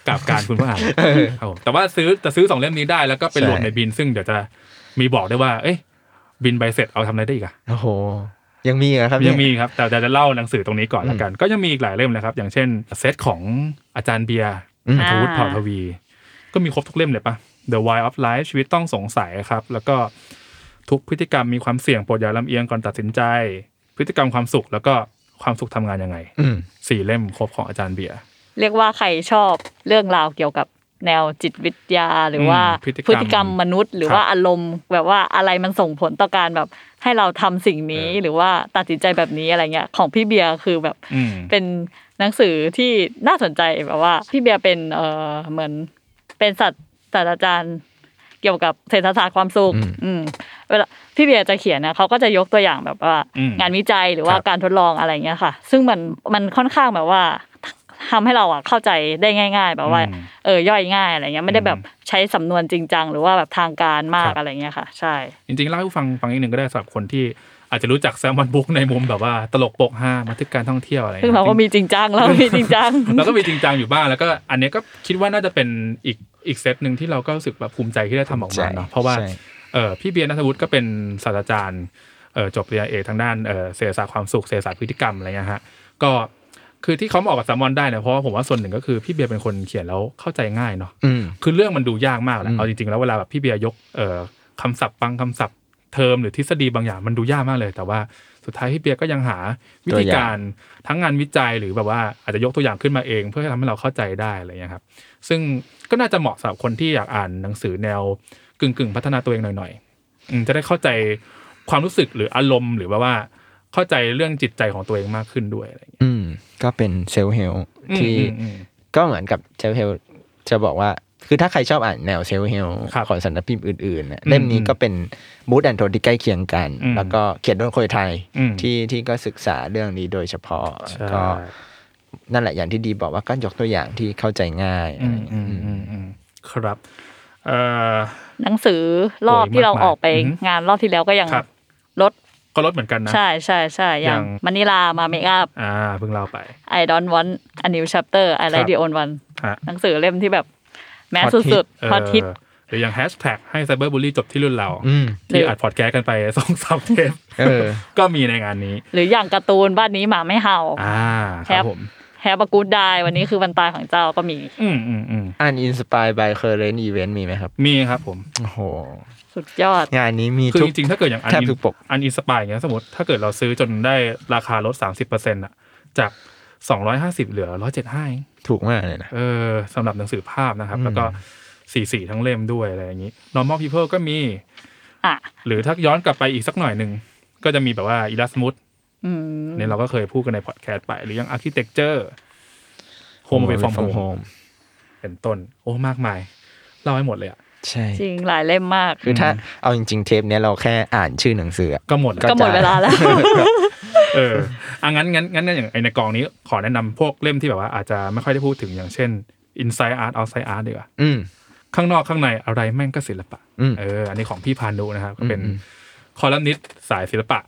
D: กับการคุณผู้อ่านครับผมแต่ว่าซื้อแต่ซื้อสองเล่มนี้ได้แล้วก็ไป
C: ใช่
D: รวมในบินซึ่งเดี๋ยวจะมีบอกได้วยว่า เอ้ยบินใบเสร็จเอาทำอะไรได้อีกอะ
C: โอ้โห ยังมีเหรอครับเนี่
D: ยังมีครับ แต่เดี๋ยวจะเล่าหนังสือตรงนี้ก่อนละกัน ก็ยังมีอีกหลายเล่มนะครับ อย่างเช่นเซตของอาจารย์เบียร์
C: อืม
D: อัธวุฒิเผ่าทวี ก็มีครบทุกเล่มเลยปะ The Why of Life ชีวิตต้องสงสัยครับ แล้วก็ทุกพฤติกรรมมีความเสี่ยงโปรดอย่าลำเอียงก่อนตัดสินใจ พฤติกรรมความสุขแล้วก็ความสุขทำงานยังไง
C: อืม
D: สี่เล่มครบของอาจารย์เบียร์
E: เรียกว่าใครชอบเรื่องราวเกี่ยวกับแนวจิตวิทยาหรือว่า
D: อืมพฤติกรรม
E: พฤติกรรมมนุษย์ หรือ
D: ครับ
E: ว่าอารมณ์แบบว่าอะไรมันส่งผลต่อการแบบให้เราทำสิ่งนี้หรือว่าตัดสินใจแบบนี้อะไรเงี้ยของพี่เบียร์คือแบบ
D: อืม
E: เป็นหนังสือที่น่าสนใจแบบว่า พี่เบียร์เป็นเออเหมือนเป็นศาสัตศาสตราจารย์เกี่ยวกับเศรษฐศาสตร์ความสุขอืมเวลาพี่เบียร์จะเขียนนะเขาก็จะยกตัวอย่างแบบว่า
D: อืม
E: งานวิจัยหรือว่า
D: ครับ
E: การทดลองอะไรเงี้ยค่ะ ซึ่งมันมันค่อนข้างแบบว่าทำให้เราอะเข้าใจได้ง่าย ๆ แบบว่า เออย่อยง่ายอะไรเงี้ยไม่ได้แบบใช้สำนวนจริงจังหรือว่าแบบทางการมากอะไรเงี้ยค่ะ ใช่
D: จริงๆเล่าให้ฟังฟังอีกหนึ่งก็ได้สำหรับคนที่อาจจะรู้จักแซมมอนบุ๊กในมุมแบบว่าตลกโปกฮาบันทึกการท่องเที่ยวอะไร
E: ซึ่งเราก็มีจริงจังเราก็มีจริงจัง
D: เราก็มีจริงจังอยู่บ้างแล้วก็อันเนี้ยก็คิดว่าน่าจะเป็นอีกอีกเซตหนึ่งที่เราก็รู้สึกแบบภูมิใจที่ได้ทำออกมาเนาะเพราะว่า
C: ใช่
D: เออพี่เบียร์นัทวุฒิก็เป็นศาสตราจารย์เออจบปริญญาเอกทางด้านเออเศรษฐศาสตร์ความสุขเศรษฐศาสตร์พฤติกรรมอะไรเงี้ยฮะก็คือที่เขามาออกกับแซมมอนได้เนี่ยเพราะว่าผมว่าส่วนหนึ่งก็คือพี่เบียร์เป็นคนเขียนแล้วเข้าใจง่ายเนาะ
C: อืม
D: คือเรื่องมันดูยากมากแหละ
C: อืม
D: เอาจริงๆ แล้วเวลาแบบพี่เบียร์ยกเอ่อคำศัพท์บางคำศัพท์เทอมหรือทฤษฎีบางอย่างมันดูยากมากเลย แต่ว่าสุดท้ายพี่เบียร์ก็ยังหาวิธีการทั้งงานวิจัยหรือแบบว่าอาจจะยกตัวอย่างขึ้นมาเอง เพื่อทำให้เราเข้าใจได้อะไรอย่างเงี้ยครับ ซึ่งก็น่าจะเหมาะสำหรับคนที่อยากอ่านหนังสือแนวกึ่งๆ พัฒนาตัวเองหน่อยๆอืมจะได้เข้าใจความรู้สึกหรืออารมณ์หรือแบบว่าเข้าใจเรื่องจิตใจของตัวเองมากขึ้นด้วยอะไรอย่างเงี้ย
C: อืม ก็เป็นเซลล์เฮลที่
D: อืมอืม
C: ก็เหมือนกับเซลเฮลจะบอกว่า คือถ้าใครชอบอ่านแนวเซลเฮล
D: ครับ
C: ของสำนักพิมพ์อื่นๆเนี่ย
D: อืม
C: เล่มนี้ก็เป็นมูดแอนโทนที่ใกล้เคียงกัน
D: อืม
C: แล้วก็เขียนโดยคนไทย
D: อืม
C: ที่ที่ก็ศึกษาเรื่องนี้โดยเฉพาะ
D: ใช่
C: ก็ นั่นแหละอย่างที่ดีบอกว่าก็ยกตัวอย่างที่เข้าใจง่ายอะไรอย่างเงี้ยอืม
D: ครับเอ่อ
E: หนังสือรอบ
D: โอ้ย
E: ที่เราออกไป
D: มากมายอือหือง
E: านรอบที่แล้วก็ยัง
D: ครับ
E: ลด
D: ก็ลดเหมือนกันนะ
E: ใช่ใช่ใช่
D: อย่
E: อา
D: ย่าง ง
E: มานิลามาเมกอัพ
D: อ่าเพิ่งเล่าไป
E: I don't want a new chapter I
D: ครั
E: like
D: บ
E: the old one
D: ฮะ
E: หนังสือเล่มที่แบบแมส
C: Hot
E: สุด
D: เออ
E: ๆ พอทิต
D: หรืออย่างแฮชแท็กให้ไซเบอร์บูลลี่จบที่รุ่นเรา
C: อืม
D: ที่
E: หรืออั
D: อัดพอดแคสต์กันไป สองสามเทป
C: เออ
D: ก็มีในงานนี้
E: หรืออย่างการ์ตูนบ้านนี้หมาไม่เห่า
D: อ่าค
E: ครั
D: รับบ ผม
E: แฮปกูดได้วันนี้คือวันตายของเจ้าก็มี
D: อืมอืมอืม
C: อ่านอินสปายบายเคอร์เรนต์อีเวนต์มีไหมครับ
D: มีครับผม
C: โอ้โห
E: สุดยอด
C: งานนี้มี
D: คือ
C: ทุก
D: จริงๆ ถ้าเกิดอย่างอัน
C: แทบ
D: อิ
C: ทุกปก
D: อันอินสปายอย่างเงี้ยสมมติถ้าเกิดเราซื้อจนได้ราคาลด 30%อะจาก 250 เหลือ 175
C: ถูกมากเลยนะ
D: เออสำหรับหนังสือภาพนะครับ แล้วก็สีสีทั้งเล่มด้วยอะไรอย่างนี้ normal people ก็มี
E: อ่ะ
D: หรือถ้าย้อนกลับไปอีกสักหน่อยหนึ่ง ก็จะมีแบบว่า Erasmus
E: อืม
D: เนี่ยเราก็เคยพูดกันในพอดแคสต์ไป หรือยัง architecture home
C: Home
D: away from
C: Away from
D: home
C: Home
D: เป็นต้น โอ้มากมาย เล่าให้หมดเลยอ่ะ
C: ใช่
E: จริงหลายเล่มมาก
C: คือถ้าเอาจริง ๆ เทปเนี้ยเราแค่อ่านชื่อหนังสืออะ
D: ก็หมด
E: ก็หมดเวลาแล้ว
D: เอออ่ะงั้นงั้นงั้นอย่างไอในกองนี้ขอแนะนำพวกเล่มที่แบบว่าอาจจะไม่ค่อยได้พูดถึงอย่างเช่น inside art outside art ดีกว่า
C: อืม
D: ข้างนอกข้างในอะไรแม่งก็ศิลปะ
C: อืม
D: เออ อันนี้ของพี่พานุนะครับ ก็เป็น
C: อืม
D: คอลัมนิสต์สายศิลปะ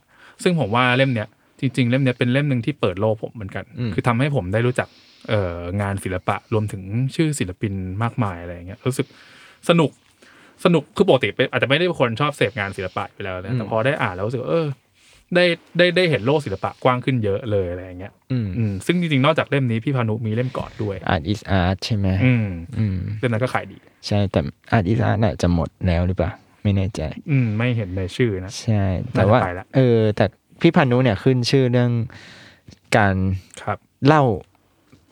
D: ซึ่งผมว่าเล่มเนี้ยจริง ๆ เล่มเนี้ยเป็นเล่มหนึ่งที่เปิดโลกผมเหมือนกัน คือทำให้ผมได้รู้จักเอ่องานศิลปะรวมถึงชื่อศิลปินมากมายอะไรอย่างเงี้ยรู้สึกสนุกสนุกคือปกติเป็นอาจจะไม่ได้เป็นคนชอบเสพงานศิลปะไปแล้วนะแต่พอได้อ่านแล้วรู้สึกว่าเออ ได้ได้ได้เห็นโลกศิลปะกว้างขึ้นเยอะเลยอะไรอย่างเงี้ย
C: อืม
D: อืมซึ่งจริงๆนอกจากเล่มนี้พี่พานุมีเล่มก่อนด้วย
C: อาร์ตอิสอาร์ตใช่ไหม
D: อืม
C: อืม
D: เล่มนั้นก็ขายดี
C: ใช่แต่อาร์ตอิสอาร์ตน่ะจะหมดแล้วหรือเปล่า ไม่แน่ใจ
D: อืมไม่เห็นในชื่อนะ
C: ใช่ แต่ว่า
D: น่าจะไปละ
C: เออ แต่พี่พานุเนี่ยขึ้นชื่อเรื่องการ
D: ครับ
C: เล่า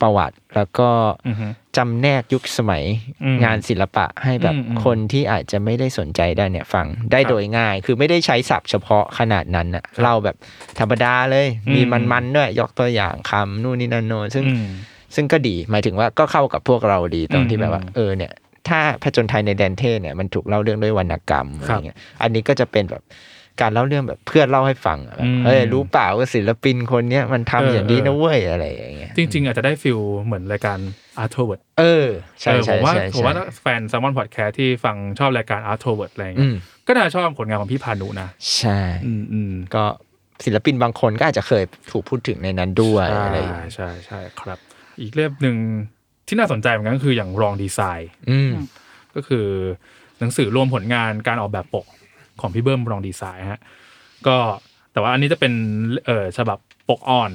C: ประวัติแล้วก็
D: อือฮึ
C: จำแนกยุคสมัย
D: อืม
C: งานศิลปะให้แบบ
D: อืมอืม
C: คนที่อาจจะไม่ได้สนใจได้เนี่ยฟังได้
D: ครับ
C: โดยง่าย คือไม่ได้ใช้ศัพท์เฉพาะขนาดนั้นน่ะเล่าแบบธรรมดาเลย
D: อืม
C: มีมันๆด้วยยกตัวอย่างคำนู่นนี่นั่นโน้นซึ่ง
D: อืม
C: ซึ่งก็ดีหมายถึงว่าก็เข้ากับพวกเราดีตรง
D: อื
C: ที่
D: ม
C: แบบว่า เออเนี่ยถ้าผจญภัยในแดนเทศเนี่ยมันถูกเล่าเรื่องด้วยวรรณกรรมอะ
D: ค
C: ไร
D: รับ
C: เงี้ยอันนี้ก็จะเป็นแบบการเล่าเรื่องแบบเพื่อนเล่าให้ฟังอะแบบ
D: อืม
C: เฮ้ยรู้เปล่าว่าศิลปินคนเนี้ยมันทำ
D: เออ
C: อย่างนี้
D: เออ
C: นะเว้ยอะไรอย่างเงี้ย
D: จริง ๆ อาจจะได้ฟิลเหมือนรายการ a r t w o r d
C: เออใช่ใช่
D: ผมว่า
C: ใช่
D: ผมว่า
C: ใช่
D: แฟน s ซ l m o n Podcast ที่ฟังชอบรายการ a r t w o r d อะไรอย่าง
C: อื
D: เงี้ย
C: ม
D: ก็น่าชอบผลงานของพี่พานุนะ
C: ใช่
D: อืมอืม
C: ก็ ศิลปินบางคนก็อาจจะเคยถูกพูดถึงในนั้นด้วยอะไรอย่าง
D: อ่า
C: เงี้ย
D: ใช่ใช่ครับ อีกเล่มหนึ่งที่น่าสนใจเหมือนกันก็คืออย่างรองดีไซน์
C: อืม
D: ก็คือหนังสือรวมผลงานการออกแบบปกของพี่เบิ้มรองดีไซน์ฮะก็แต่ว่าอันนี้จะเป็นเออฉบับปกอ่อน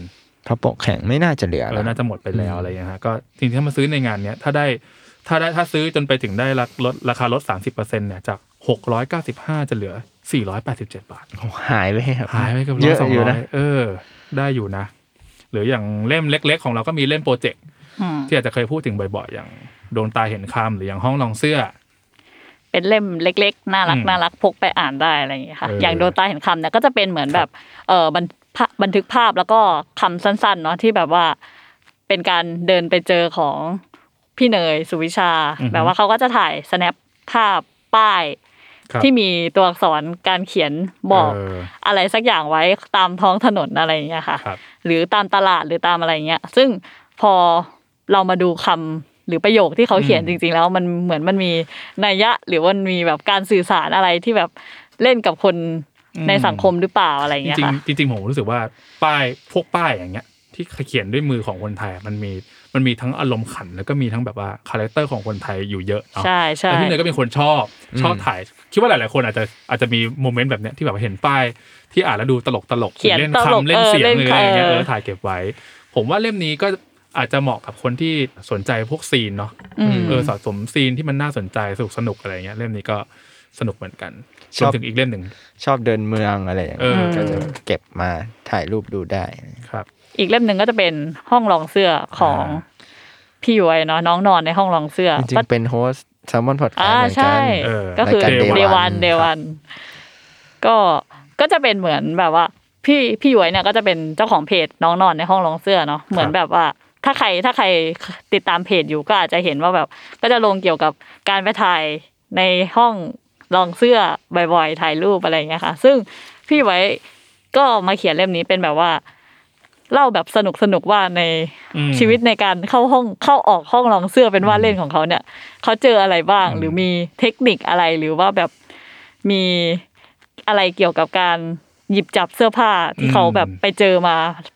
C: เพราะปกแข็งไม่น่าจะเหลือ
D: เอ
C: แล้
D: อ
C: ว
D: น่าจะหมดไปแล้ว
C: อืม
D: อะไรอย่างเงี้ยฮะก็จริงๆถ้ามาซื้อในงานเนี้ยถ้าได้ถ้าได้ถ้าซื้อจนไปถึงได้ลดลดราคาลด 30%เนี่ยจาก 695 จะเหลือ 487 บาท
C: โอ้หายไปครับ
D: หายไปเกับ
C: เย
D: ร้อย
C: อะ
D: สอง
C: อยู่
D: ร้อ
C: นะ
D: ยเออ ได้อยู่นะ หรืออย่างเล่มเล็ก ๆ ของเราก็มีเล่มโปรเจกต์
E: อืม
D: ที่อาจจะเคยพูดถึงบ่อยๆ อย่างโดนตาเห็นคำหรืออย่างห้องลองเสื้อ
E: เป็นเล่มเล็กๆ น่ารัก
D: อืม
E: น่ารักพกไปอ่านได้อะไรอย่างเงี้ยค่ะ
D: เอออ
E: อย่างดวงตาเห็นคำเนี่ยก็จะเป็นเหมือนแบบเออบันภาบันทึกภาพแล้วก็คำสั้นๆเนาะที่แบบว่าเป็นการเดินไปเจอของพี่เนยสุวิชา
D: อือฮึ
E: แบบว่าเขาก็จะถ่าย snap ภาพป้าย
D: ครับ
E: ที่มีตัวอักษรการเขียนบอก
D: เ
E: อะไรสักอย่างไว้ตามท้องถนนอะไรอย่างเงี้ยค่ะ
D: ครับ
E: หรือตามตลาดหรือตามอะไรเงี้ย ซึ่งพอเรามาดูคำหรือประโยคที่เขาเขียน
D: อืม
E: จริง ๆ แล้วมันเหมือนมันมีนัยยะ หรือมันมีแบบการสื่อสารอะไรที่แบบเล่นกับคนในสังคมหรือเปล่าอะไร
D: จ
E: เงี้ย
D: ริง
E: ค่ะ
D: ๆจริงๆผมรู้สึกว่าป้ายพวกป้ายอย่างเงี้ย ที่เขียนด้วยมือของคนไทยอะมันมีมันมีทั้งอารมณ์ขัน แล้วก็มีทั้งแบบว่าคาแรคเตอร์ของคนไทยอยู่เยอะเนาะ
E: ใช่ใช่
D: แต่พี่เนยก็เป็นคนชอบชอบถ่าย คิดว่าหลาย ๆ คนอาจจะอาจจะมีโมเมนต์แบบเนี้ยที่แบบเห็นป้ายที่อ่านแล้วดูตลกตลก
E: เขียน
D: เล่น
E: ตลก
D: คำเล่นเสียงหรืออะไรอย่างเงี้ยเออถ่ายเก็บไว้ ผมว่าเล่มนี้ก็อาจจะเหมาะกับคนที่สนใจพวกซีนเนาะ
E: อืม
D: เออสะสมซีนที่มันน่าสนใจสนุกสนุกอะไรเงี้ยเล่มนี้ก็สนุกเหมือนกันรวมถึงอีกเล่มหนึ่ง
C: ชอบเดินเมืองอะไรอย่างเงี้ย
D: เออ
C: ก็จะเก็บมาถ่ายรูปดูได้
D: ครับ
E: อีกเล่มหนึ่งก็จะเป็นห้องรองเสื้อของ
D: อ่า
E: พี่ย้วยเนาะน้องนอนในห้องรองเสื้อ
C: จริงๆเป็นโฮสต์แซมมอนพอดแคส
E: อ่า
C: ต์เหมือนกั
E: ใช่
C: น
D: เออ
E: ก็คือ
C: รายการ Day
E: เด
C: One
E: วันเด
C: ครับ
E: วันก็ก็จะเป็นเหมือนแบบว่า พี่พี่หยวยเนี่ยก็จะเป็นเจ้าของเพจน้องนอนในห้องรองเสื้อเนาะเหมือนแบบว่า ถ้าใครถ้าใครติดตามเพจอยู่ก็อาจจะเห็นว่าแบบ ก็จะลงเกี่ยวกับการไปถ่ายในห้องรองเสื้อบ่อยๆถ่ายรูปอะไรอย่างเงี้ยค่ะ ซึ่งพี่หยวยก็มาเขียนเล่มนี้เป็นแบบว่า เล่าแบบสนุกสนุกๆว่าใน
D: อืม
E: ชีวิตในการเข้าห้องเข้าออกห้องรองเสื้อเป็นว่าเล่นของเขาเนี่ย เขาเจออะไรบ้าง หรือมีเทคนิคอะไรหรือว่าแบบมีอะไรเกี่ยวกับการหยิบจับเสื้อผ้าที่เขาแบบไปเจอมา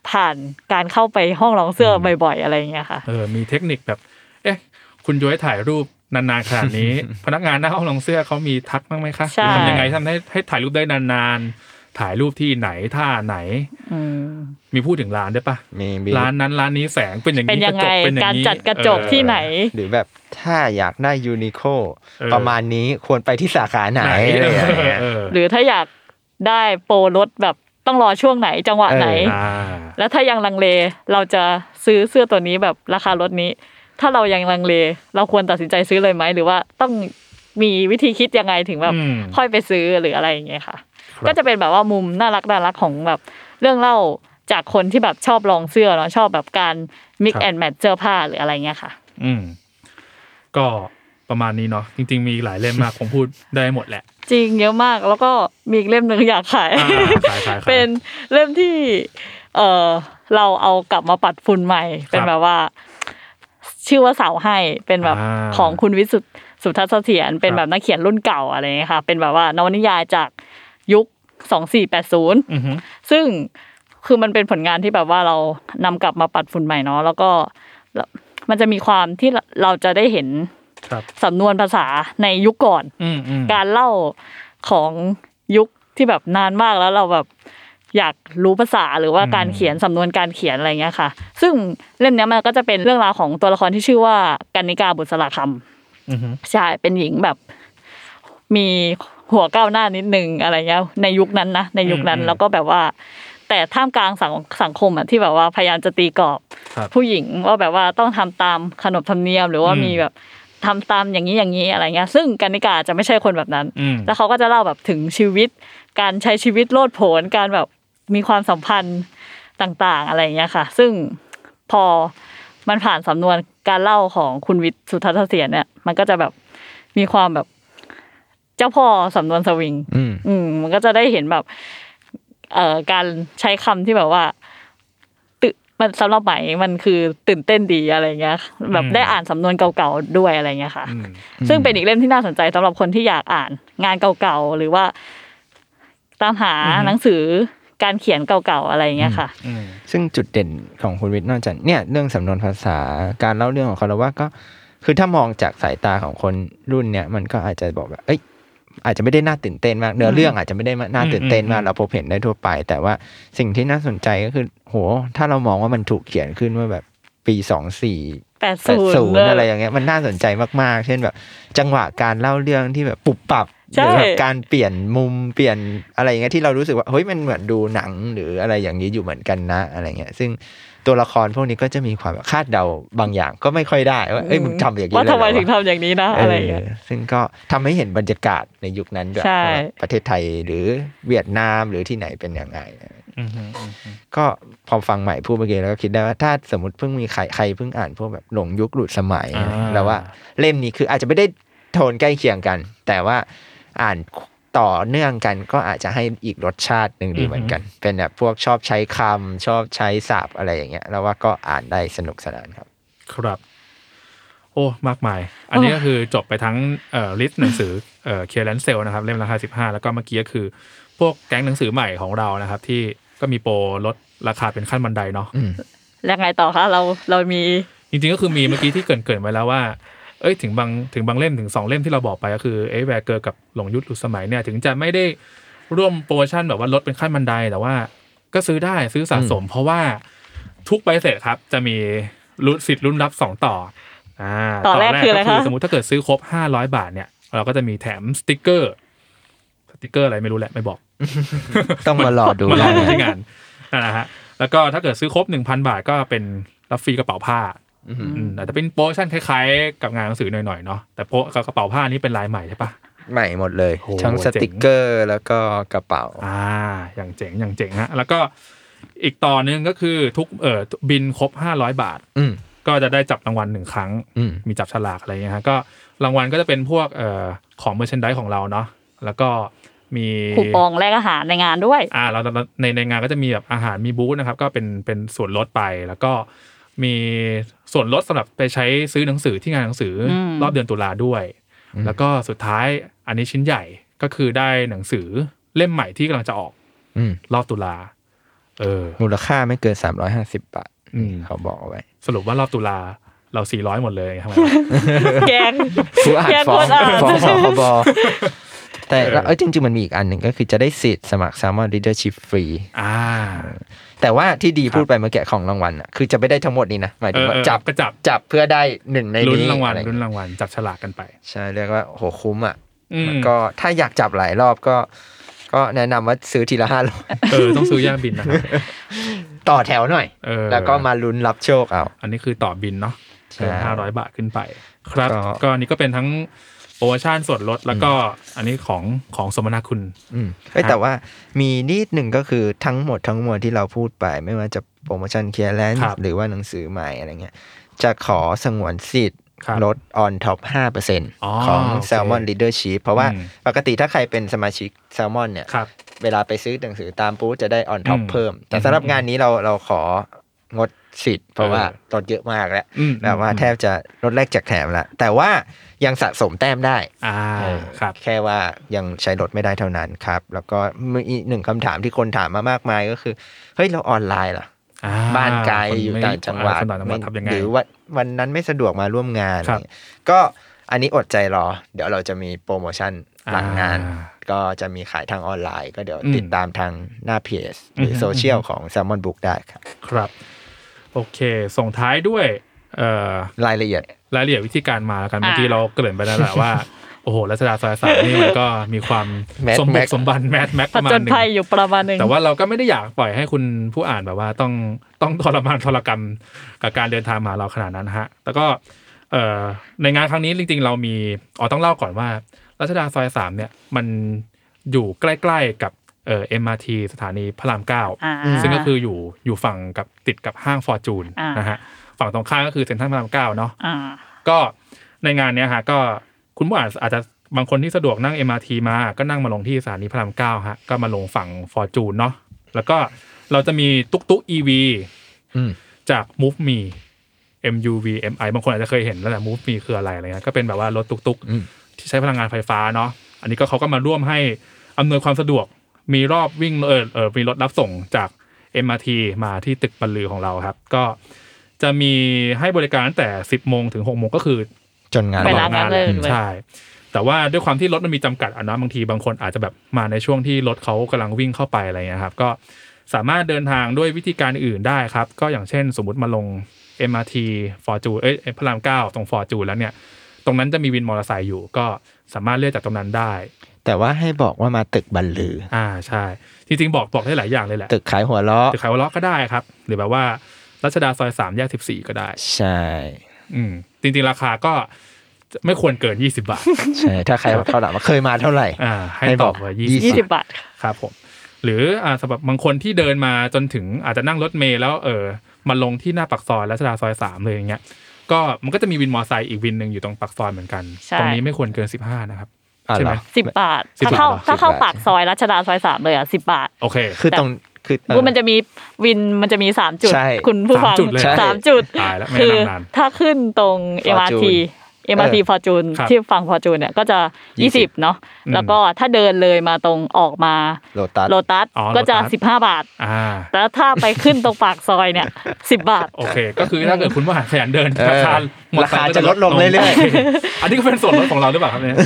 E: ผ่านการเข้าไปห้องรองเสื้อบ่อยๆ อะไรอย่างเงี้ยค่ะ
D: เออมีเทคนิคแบบ เอ๊ะ คุณย้อยถ่ายรูปนานๆขนาดนี้ พนักงานหน้าห้องลองเสื้อเขามีทักบ้างไหมคะ
E: ใช่
D: ทำยังไงทำให้ให้ถ่ายรูปได้นานๆ ถ่ายรูปที่ไหนท่าไหน
E: อืม
D: มีพูดถึงร้านได้วยปะ
C: มีมี
D: ร้านนั้นร้านนี้แสงเป็นอย่าง
E: เป็น
D: นี้
E: ยังไง
D: กระจกเป็นอย่า
E: การ
D: งนี้
E: จัดกระจก
D: เออ
E: ที่ไหน
C: หรือแบบถ้าอยากได้ยูนิโค
D: เออ
C: ประมาณนี้ควรไปที่สาขาไหนอะไรอย่างเงี้ย
D: เออ
E: หรือถ้าอยากได้โปรลดแบบต้องรอช่วงไหนจังหวะไหน
C: เออ
D: อ่า
E: แล้วถ้ายังลังเลเราจะซื้อเสื้อตัวนี้แบบราคาลดนี้ ถ้าเรายังลังเล เราควรตัดสินใจซื้อเลยไหมหรือว่าต้องมีวิธีคิดยังไงถึงแบบ
D: อืม
E: ค่อยไปซื้อหรืออะไรอย่างเงี้ยค่ะ
D: ครับ
E: ก็จะเป็นแบบว่ามุมน่ารักน่ารักของแบบเรื่องเล่าจากคนที่แบบชอบลองเสื้อเนาะชอบแบบการ mix and match เสื้อผ้าหรืออะไรเงี้ยค่ะ
D: อืมก็ประมาณนี้เนาะจริง ๆ มีหลายเล่มมากคงพูดได้หมดแหละ
E: จริงเยอะมากแล้วก็มีอีกเล่มหนึ่งอยากขาย
D: อ่าขายขายขาย
E: เป็นเล่มที่เออเราเอากลับมาปัดฝุ่นใหม่ เป็นแบบว่า ชื่อว่าเสาให้เป็นแบบ
D: อ่า
E: ของคุณวิสุทธ์สุทัศน์เสถียรเป็น
D: ครับ
E: แบบนักเขียนรุ่นเก่าอะไรเงี้ยค่ะ เป็นแบบว่านวนิยายจากยุคสองสี่แปดศูนย์
D: อือฮึ
E: ซึ่งคือมันเป็นผลงานที่แบบว่าเรานำกลับมาปัดฝุ่นใหม่เนาะแล้วก็แล้วมันจะมีความที่เราเราจะได้เห็น
D: ครับ
E: สำนวนภาษาในยุคก่อน
D: อืมอืม
E: การเล่าของยุคที่แบบนานมากแล้วเราแบบอยากรู้ภาษาหรือว่าการเขียนสำนวนการเขียนอะไรเงี้ยค่ะ ซึ่งเล่มเนี้ยมันก็จะเป็นเรื่องราวของตัวละครที่ชื่อว่ากันนิกาบุษราคำ
D: อือฮึ
E: ใช่เป็นหญิงแบบมีหัวก้าวหน้านิดนึงอะไรเงี้ยในยุคนั้นนะในยุคนั้น
D: อืม
E: แล้วก็แบบว่า แต่ท่ามกลางสังสังคมอ่ะที่แบบว่าพยายามจะตีกรอบ
D: ครับ
E: ผู้หญิงว่าแบบว่าต้องทำตามขนบธรรมเนียม หรือว่า
D: อืม
E: มีแบบทำตามอย่างนี้อย่างนี้อะไรเงี้ย ซึ่งกันนิกาจะไม่ใช่คนแบบนั้น
D: อืม
E: แล้วเขาก็จะเล่าแบบถึงชีวิต การใช้ชีวิตโลดโผนการแบบมีความสัมพันธ์ต่างๆ อะไรอย่างเงี้ยค่ะ ซึ่งพอมันผ่านสำนวนการเล่าของคุณวิทย์สุทัศน์เสถียรเนี่ย มันก็จะแบบมีความแบบเจ้าพ่อสำนวนสวิง
C: อืม
E: อืมมันก็จะได้เห็นแบบเอ่อการใช้คำที่แบบว่าตื่นมันสำหรับไหมมันคือตื่นเต้นดีอะไรเงี้ย แบบ
D: อืม
E: ได้อ่านสำนวนเก่าๆด้วยอะไรเงี้ยค่ะ
D: อืม
E: ซึ่งเป็นอีกเล่มที่น่าสนใจสำหรับคนที่อยากอ่านงานเก่าๆ หรือว่าตามหา
D: อือฮึ
E: หนังสือ การเขียนเก่าๆอะไรอย่างเงี้ยค่ะ
D: อืม
C: ซึ่งจุดเด่นของคุณวิทย์นอกจากเนี่ยเรื่องสำนวนภาษาการเล่าเรื่องของคารวะก็ คือถ้ามองจากสายตาของคนรุ่นเนี่ย มันก็อาจจะบอกแบบเอ้ย อาจจะไม่ได้น่าตื่นเต้นมากเนื้อเรื่องอาจจะไม่ได้น่าตื่นเต้นมาก
D: อืม
C: เราพบเห็นได้ทั่วไป แต่ว่าสิ่งที่น่าสนใจก็คือ โห ถ้าเรามองว่ามันถูกเขียนขึ้นว่าแบบปีสองสี่
E: แปด
C: แป
E: ศู
C: ด
E: น
C: ศูน
E: ย์
C: ย์อะไรอย่างเงี้ยมันน่าสนใจมากๆ เช่นแบบ จังหวะการเล่าเรื่องที่แบบปรับปรับห
E: ใช่
C: รือแบบการเปลี่ยนมุมเปลี่ยนอะไรอย่างเงี้ยที่เรารู้สึกว่าเฮ้ยมันเหมือนดูหนังหรืออะไรอย่างนี้อยู่เหมือนกันนะอะไรเงี้ยซึ่งตัวละครพวกนี้ก็จะมีความแบบคาดเดาบางอย่างก็ไม่ค่อยได้ว่าเอ้ยมึงทำอย่างนี้
E: ว่า
C: เลย
E: ทำไม
C: เหรอ
E: ถึงทำอย่างนี้นะ
C: วะ
E: อะไรอย่างเงี้ย
C: เออซึ่งก็ทำให้เห็นบรรยากาศในยุคนั้นด้วย
E: ใช่
C: ว่าประเทศไทยหรือเวียดนามหรือที่ไหนเป็นยังไง
D: อืมอืมอืม
C: ก็พอฟังใหม่พูดเมื่อกี้แล้วก็คิดได้ว่าถ้าสมมติเพิ่งมีใครใครเพิ่งอ่านพวกแบบหลงยุคหลุดสมัย
D: อ่า
C: แล้วว่าเล่มนี้คืออาจจะไม่ได้โทนใกล้เคียงกัน แต่ว่าอ่านต่อเนื่องกันก็อาจจะให้อีกรสชาติหนึ่งดีเหมือนกัน เป็นแบบพวกชอบใช้คำชอบใช้ศัพท์อะไรอย่างเงี้ยแล้วว่าก็อ่านได้สนุกสนานครับ
D: ครับ โอ้มากมาย อันนี้ก็คือจบไปทั้งเอ่อลิสต์หนังสือเอ่อเคียร์แลนเซลนะครับ เล่มละห้าสิบห้าแล้วก็เมื่อกี้ก็คือ พวกแก๊งหนังสือใหม่ของเรานะครับ ที่ก็มีโปรลดราคาเป็นขั้นบันไดเนาะ
E: แล้วไงต่อคะเราเรามี
D: จริงๆก็คือมีเมื่อกี้ที่เกรินเกินๆไว้แล้วว่า เอ้ยถึงบางถึงบางเล่มถึงสองเล่มที่เราบอกไปก็คือเอ้แวร์เกอร์กับหลงยุทธหลุดสมัยเนี่ย ถึงจะไม่ได้ร่วมโปรโมชั่นแบบว่าลดเป็นขั้นบันไดแต่ว่า ก็ซื้อได้ซื้อสะสม เพราะว่าทุกใบเสร็จครับ จะมีรุ่นสิทธิ์รุ่นรับสองต่ออ่า
E: ต่อแรกคืออะไร
D: ก็
E: คะ
D: สมมติถ้าเกิดซื้อครบห้าร้อยบาทเนี่ย เราก็จะมีแถมสติกเกอร์ สติกเกอร์อะไรไม่รู้แหละไม่บอก
C: ต้องมารอดู
D: มาลองดู
C: นะ
D: ที่งานนั่นนะฮะแล้วก็ถ้าเกิดซื้อครบ 1,000 บาทก็เป็นรับฟรีกระเป๋าผ้าอืมอาจจะเป็นโปรโมชั่นคล้ายๆ กับงานหนังสือหน่อยๆเนาะแต่โปรกระเป๋าผ้านี่เป็นลายใหม่ใช่ปะ
C: ใหม่หมดเลย
D: โอ้โห
C: ทั้งส
D: เจ๋ง
C: ติกเกอร์แล้วก็กระเป๋า
D: อ่า อย่างเจ๋ง อย่างเจ๋งฮะ แล้วก็อีกต่อหนึงก็คือทุกเอ่อบินครบ 500 บาท
C: อืม
D: ก็จะได้จับรางวัลหนึ่งครั้ง
C: อืม
D: มีจับฉลากอะไรเงี้ยฮะ ก็รางวัลก็จะเป็นพวกเอ่อของเมอร์เชนด s ยของเราเนาะ แล้วก็มี
E: คูปองแลกอาหารในงานด้วย
D: อ่าเราเราในในงานก็จะมีแบบอาหารมีบูธนะครับ ก็เป็นเป็นส่วนลดไป แล้วก็มีส่วนลดสำหรับไปใช้ซื้อหนังสือที่งานหนังสืออ
E: ม
D: รอบเดือนตุลาด้วย แล้วก็สุดท้ายอันนี้ชิ้นใหญ่ก็คือได้หนังสือเล่มใหม่ที่กำลังจะออก
C: อืม
D: รอบตุลา เออ
C: มูลค่าไม่เกินสามร้อยห้าสิบบาท
D: อืม
C: เขาบอกเอาไว้
D: สรุปว่ารอบตุลาเรา 400 หมดเลยทำไม
E: แกง
C: ผู้อ่าน
E: แก
C: ฟ้อง
E: คนอ่าน
C: ฟ้องสคบ แต่
D: เออ
C: แล้วเอ้ยจริง ๆ มันมีอีกอันหนึ่งก็คือจะได้สิทธิ์สมัคร s ซ l m o n Leadership ฟรี
D: อ่า
C: แต่ว่าที่ดีพูดไปเมื่อกี้ของรางวัลอ่ะ คือจะไม่ได้ทั้งหมดนี้นะ หมายถึงว่า
D: เออเออ
C: จับ
D: ก็จับ
C: จับเพื่อได้หนึ่งใน
D: ลุ้น
C: นี้
D: รางวัล
C: อะไรอย่
D: ลุ้น
C: เงี้ย
D: รางวัลจับฉลากกันไป
C: ใช่เรียกว่าโหคุ้มอ่ะ
D: อืม
C: แล้วก็ถ้าอยากจับหลายรอบก็ ก็แนะนำว่าซื้อทีละห้ารอบ
D: เออ ต้องซื้อย่าบินนะครับ
C: ต่อแถวหน่อย
D: เออ
C: แล้วก็มาลุ้นรับโชคเอา
D: อันนี้คือต่อบินเนาะ
C: ใช่
D: เกิน500 บาทขึ้นไป ครับ
C: ก็
D: ก็อันนี้ก็เป็นทั้งโปรโมชั่นส่วนลดแล้วก็อันนี้ของของสมนาคุณ
C: อืมเอ้ย
D: ครับ
C: แต่ว่ามีนิดหนึ่งก็คือทั้งหมดทั้งมวลที่เราพูดไป ไม่ว่าจะโปรโมชั่นเคลียร์แลนซ์หรือว่าหนังสือใหม่อะไรเงี้ย จะขอสงวนสิทธิ์
D: ครับ
C: ลด on top
D: อ๋อ
C: 5%ของ
D: โอเค
C: Salmon Leadership เพราะว่า
D: อืม
C: ปกติถ้าใครเป็นสมาชิก Salmon เนี่ย
D: ครับ
C: เวลาไปซื้อหนังสือตามปูจะได้ on top
D: อืม
C: เพิ่ม แต่สำหรับงานนี้เราเราของดสิทธิ์ เพราะว่าลดเยอะมากแล้ว
D: อืม
C: แบบว่า
D: อืม
C: แทบจะลดแลกแจกแถมละแต่ว่ายังสะสมแต้มได้
D: อ่า
C: เออ
D: ครับ
C: แค่ว่ายังใช้รถไม่ได้เท่านั้นครับ แล้วก็มีอีกหนึ่งคำถามที่คนถามมามากมายก็คือ เฮ้ย เราออนไลน์เหรอ
D: อ่
C: บ้านไกล
D: คน
C: อยู่
D: ไม่
C: ต่างจังหวัด
D: คนต่างจังหวัดทำยังไง
C: หรือว่าวันนั้นไม่สะดวกมาร่วมงาน
D: ครับ
C: เนี่ยก็อันนี้อดใจรอ เดี๋ยวเราจะมีโปรโมชั่นหลังงาน
D: อ่
C: ก็จะมีขายทางออนไลน์ ก็เดี๋ยว
D: อืม
C: ติดตามทางหน้าเพจหรืออ
D: ม
C: โซเชียลของ s ซ l m o n Book ได้ครับ
D: ครับ โอเค ส่งท้ายด้วย เอ่อ
C: รายละเอียด
D: รายละเอียดวิธีการมาแล้วกัน
E: อ่า
D: เมื่อกี้เราเกริ่นไปแล้วแหละว่า โอ้โหรัชดาซอยสามนี่มันก็มีความ
C: Mad
D: สมบุก
C: Max
D: สมบันแมทแม็ก
E: ผ
D: ประมา
E: จ
D: ณ
E: ญ
D: หนึ่
E: ภัย
D: ง
E: อยู่ประมาณหนึ่ง
D: แต่ว่าเราก็ไม่ได้อยากปล่อยให้คุณผู้อ่านแบบว่าต้องต้องทรมานทรกรรมกับการเดินทางมาเราขนาดนั้นฮะ แต่ก็เอ่อในงานครั้งนี้จริงๆ เรามีอ๋อต้องเล่าก่อนว่ารัชดาซอยสามเนี่ยมันอยู่ใกล้ๆกับเอ่อ MRT สถานีพระรามเก้า
E: อ่า
D: ซึ่งก็คืออยู่อยู่ฝั่งกับติดกับห้างฟอร์จูน
E: อ่าน
D: นะฮะฝั่งตรงข้ามก็คือเซ็นทรัลพระรามเก้าเนาะ
E: อ่า
D: ก็ในงานเนี้ยฮะก็คุณผู้อ่านอาจจะบางคนที่สะดวกนั่ง MRT มา ก็นั่งมาลงที่สถานีพระรามเก้าฮะก็มาลงฝั่งฟอร์จูนเนาะแล้วก็เราจะมีตุ๊กตุ๊ก EV
C: อืม
D: จาก Move Me MUV MI บางคนอาจจะเคยเห็นแล้วแหละ Move Me คืออะไรอะไรเงี้ยก็เป็นแบบว่ารถตุ๊กตุ๊กที่ใช้พลังงานไฟฟ้าเนาะอันนี้ก็เขาก็มาร่วมให้อำนวยความสะดวก มีรอบวิ่งเออเออมีรถรับส่งจาก MRT มาที่ตึกบรรลือของเราครับ ก็จะมีให้บริการตั้งแต่ 10โมงถึง6โมงก็คือ
C: จนงาน
E: ไป
C: บ
E: รั
C: อบ ก
E: งานเลย
D: ใช่ แต่ว่าด้วยความที่รถมันมีจำกัดอะเนาะบางทีบางคนอาจจะแบบมาในช่วงที่รถเขากำลังวิ่งเข้าไปอะไรเงี้ยครับ ก็สามารถเดินทางด้วยวิธีการอื่นได้ครับ ก็อย่างเช่นสมมติมาลง MRT ฟอร์จูเอ้ยพระรามเก้าตรงฟอร์จูแล้วเนี่ย ตรงนั้นจะมีวินมอเตอร์ไซค์อยู่ ก็สามารถเลือกจากตรงนั้นได้
C: แต่ว่าให้บอกว่ามาตึกบันลือ
D: อ่าใช่ จริงๆบอกบอกได้หลายอย่างเลยแหละ
C: ตึกขายหัวล้อ
D: ตึกขายวอลล็อกก็ได้ครับ หรือแบบว่ารัชดาซอยสามแยกสิบสี่ก็ได้
C: ใช่
D: อืมจริงๆราคาก็ไม่ควรเกินยี่สิบบาท
C: ใช่ถ้าใครเท่าไหร่ว่าเคยมาเท่าไหร่
D: อ่าให้
C: ให้บ
D: ตอ
C: อบ ก
D: ว่า
C: ยี่
D: ยี่
E: ยี่
D: สิบ
E: สิบบาทค่ะ
D: ครับผมหรืออ่าสำหรับบางคนที่เดินมาจนถึงอาจจะนั่งรถเมล์แล้วเออมาลงที่หน้าปากซอยรัชดาซอยสามเลยอย่างเงี้ยก็มันก็จะมีวินมอไซค์อีกวินหนึ่งอยู่ตรงปากซอยเหมือนกัน
E: ใช่
D: ตรงนี้ไม่ควรเกินสิบห้านะครับ
C: อ๋อ
D: ใช่
C: เหร
D: ไหม
C: อ
E: สิบบาท
D: สิบ
E: ถ้าเข้า
D: บาท
E: ถ้าเข้า
C: สิบบาท
E: ปากซอยรัชดาซอยสามเลยอ่ะสิบบาท
D: โอเค
C: คือตรงคือเออ
E: ว่ามันจะมีวินมันจะมีสามจุด
C: ใช่
E: คุณผู้ฟัง
D: สามจุดเลย
E: สามจุด
D: ตายแล้วไม่
E: คื
D: ได้นั่งนาน
E: ถ้าขึ้นตรง
C: Fortune
E: MRT MRT
C: เออ
E: Fortune
D: ครับ
E: ที่ฝั่ง Fortune เนี่ยก็จะ
C: ยี่
E: ยี่
C: สิ
E: สิบบ เนาะ
D: อืม
E: แล้วก็ถ้าเดินเลยมาตรงออกมา
C: โลตัส
E: โลตัส
D: อ๋อ
E: ก็จะ
D: โลตัส
E: 15 บาท
D: อ่า
E: แล้วถ้าไปขึ้นตรงปากซอย เนี่ย 10 บาท
D: โอเค ก็คือถ้าเกิดคุณผู้หารขยันเดิน
C: เออ
D: ราคาหมด
C: ราคา
D: ไปก็
C: จะลดลงเรื่อยๆ
D: โคอันนี้ก็เป็นส่วนลดของเราหรือเปล่าครับเนี่ย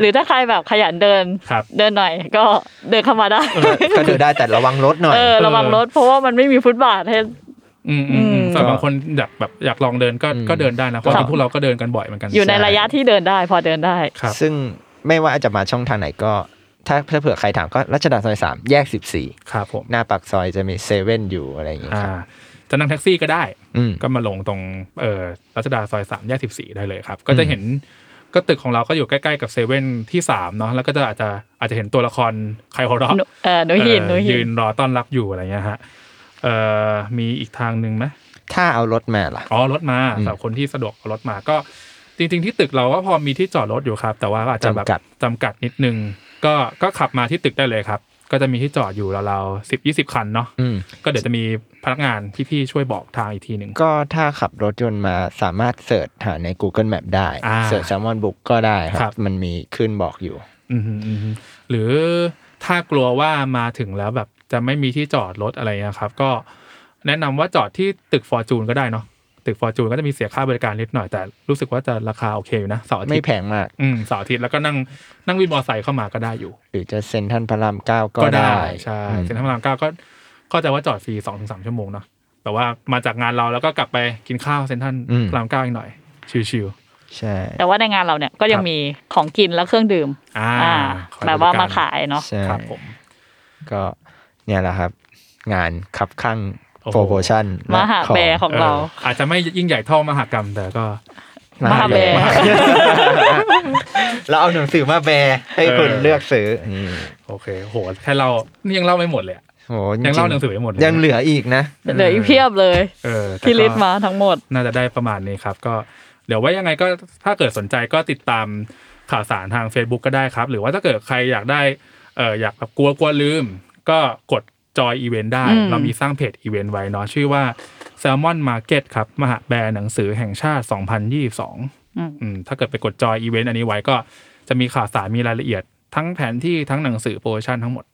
E: หรือถ้าใครแบบขยันเดิน
D: ครับ
E: เดินหน่อยก็เดินเข้ามาได้
C: ก็เดินได้แต่ระวังรถหน่อย
E: เออระวังรถเพราะว่ามันไม่มีฟุตบาทให้
D: อืมอืมอืมสำหรับบางคนอยากแบบอยากลองเดินก็
C: อืม
D: ก็เดินได้นะเพราะจริงๆพวกเราก็เดินกันบ่อยเหมือนกัน
E: อยู่ในระยะที่เดินได้ พอเดินได้
D: ครับ
C: ซึ่งไม่ว่าจะมาช่องทางไหนก็ถ้าถ้าเผื่อใครถามก็รัชดาซอยสามแยกสิบสี่
D: ครับผม
C: หน้าปากซอยจะมีเซเว่นอยู่อะไรอย่างเงี้ย
D: อ่า
C: ครับ
D: จะนั่งแท็กซี่ก็ได้
C: อืม
D: ก็มาลงตรงเอ่อรัชดาซอยสามแยกสิบสี่ได้เลยครับ ก็จะเห็นก็ตึกของเราก็อยู่ใกล้ๆกับเซเว่นที่สามเนาะแล้วก็จะอาจจะอาจจะเห็นตัวละครใครหัวเราะ
E: หนูเอ่อหนูหิน
D: เอ่อ
E: หนูหิน
D: ยืนรอต้อนรับอยู่อะไรเงี้ยฮะเอ่อมีอีกทางหนึ่งไหม
C: ถ้าเอารถมาล่ะ
D: อ๋อรถมาสำหรับคนที่สะดวกเอารถมาก็จริง ๆ ที่ตึกเราก็พอมีที่จอดรถอยู่ครับ แต่ว่าก็อาจจะแบบ
C: จำกัด
D: จำกัดนิดนึง ก็ก็ขับมาที่ตึกได้เลยครับ ก็จะมีที่จอดอยู่ราวๆสิบยี่สิบคันเนาะ
C: อืม
D: ก็เดี๋ยวจะมีพนักงานพี่ๆช่วยบอกทางอีกทีหนึ่ง
C: ก็ถ้าขับรถยนต์มาสามารถเสิร์ชหาใน Google Map ได้
D: อ่า
C: เสิร์ช a l m o n Book ก็ได้ค
D: ครั
C: รับ บ มันมีขึ้นบอกอยู่
D: อืมฮึอืมฮึหรือถ้ากลัวว่ามาถึงแล้วแบบจะไม่มีที่จอดรถอะไรนะครับ ก็แนะนำว่าจอดที่ตึกฟอร์จูนก็ได้เนาะตึกฟอร์จูนก็จะมีเสียค่าบริการนิดหน่อยแต่รู้สึกว่าจะราคาโอเคอยู่นะเสาร์อาทิ
C: ไม่
D: ตย์
C: แพงมาก
D: อืมเสาร์อาทิตย์แล้วก็นั่งนั่งวินมอเตอร์ไซค์เข้ามาก็ได้อยู่
C: หรือจะเซ็นทรันพระรามเก้าก็ได้
D: ใช่
C: อืม
D: เซ็นทรัลพระรามเก้าก็เข้าใจว่าจอดฟรีสองถึงสามชั่วโมงเนาะแต่ว่ามาจากงานเราแล้วก็กลับไปกินข้าวเซ็นทรัลพระรามเก้าอีกหน่อย ชิว
C: ใช่
E: แต่ว่าในงานเราเนี่ยก็ยั
D: ค
E: ง
D: รับ
E: มีของกินและเครื่องดื่ม
D: ๆอ่า
E: อ่า
D: ขอให้
E: แบบว่า
D: บริก
E: มา
D: รา
E: ขายเนาะ
C: ใช่
D: ครับผม
C: ก็เนี่ยแหละครับ งานขับข้าง
D: โอ้โห
C: โปรโมชั่น
E: มหาแบร์ของเรา
D: อออาจจะไม่ยิ่งใหญ่เท่ามหากรรมแต่ก็
E: มหาแบร์
C: เราเอาหนังสือมาแบร์ให้คุณ
D: เออ
C: เลือกซื้อนี่
D: โอเคโหแค่เรานี่ยังเล่าไม่หมดเลยอะ
C: โอ้
D: ยังเล่าหนังสือไม่หมดเลย
C: ยังเหลืออีกนะ
E: เหลืออีกเพียบเลย
D: เออแต่ก็
E: ที่ลิสต์มาทั้งหมด
D: น่าจะได้ประมาณนี้ครับ ก็เดี๋ยวไว่ายังไงก็ถ้าเกิดสนใจก็ติดตามข่าวสารทาง Facebook ก็ได้ครับ หรือว่าถ้าเกิดใครอยากได้เอออยากแบบกลัวกลัวลืม ก็กดจอยอีเวนต์ได้
E: อืม
D: เรามีสร้างเพจอีเวนต์ไว้เนาะชื่อว่า Salmon Market ครับมหาแบรนด์หนังสือแห่งชาติ 2022 อืมถ้าเกิดไปกดจอยอีเวนต์อันนี้ไว้ก็จะมีข่าวสารมีรายละเอียด ทั้งแผนที่ทั้งหนังสือโปรโมชั่นทั้งหมด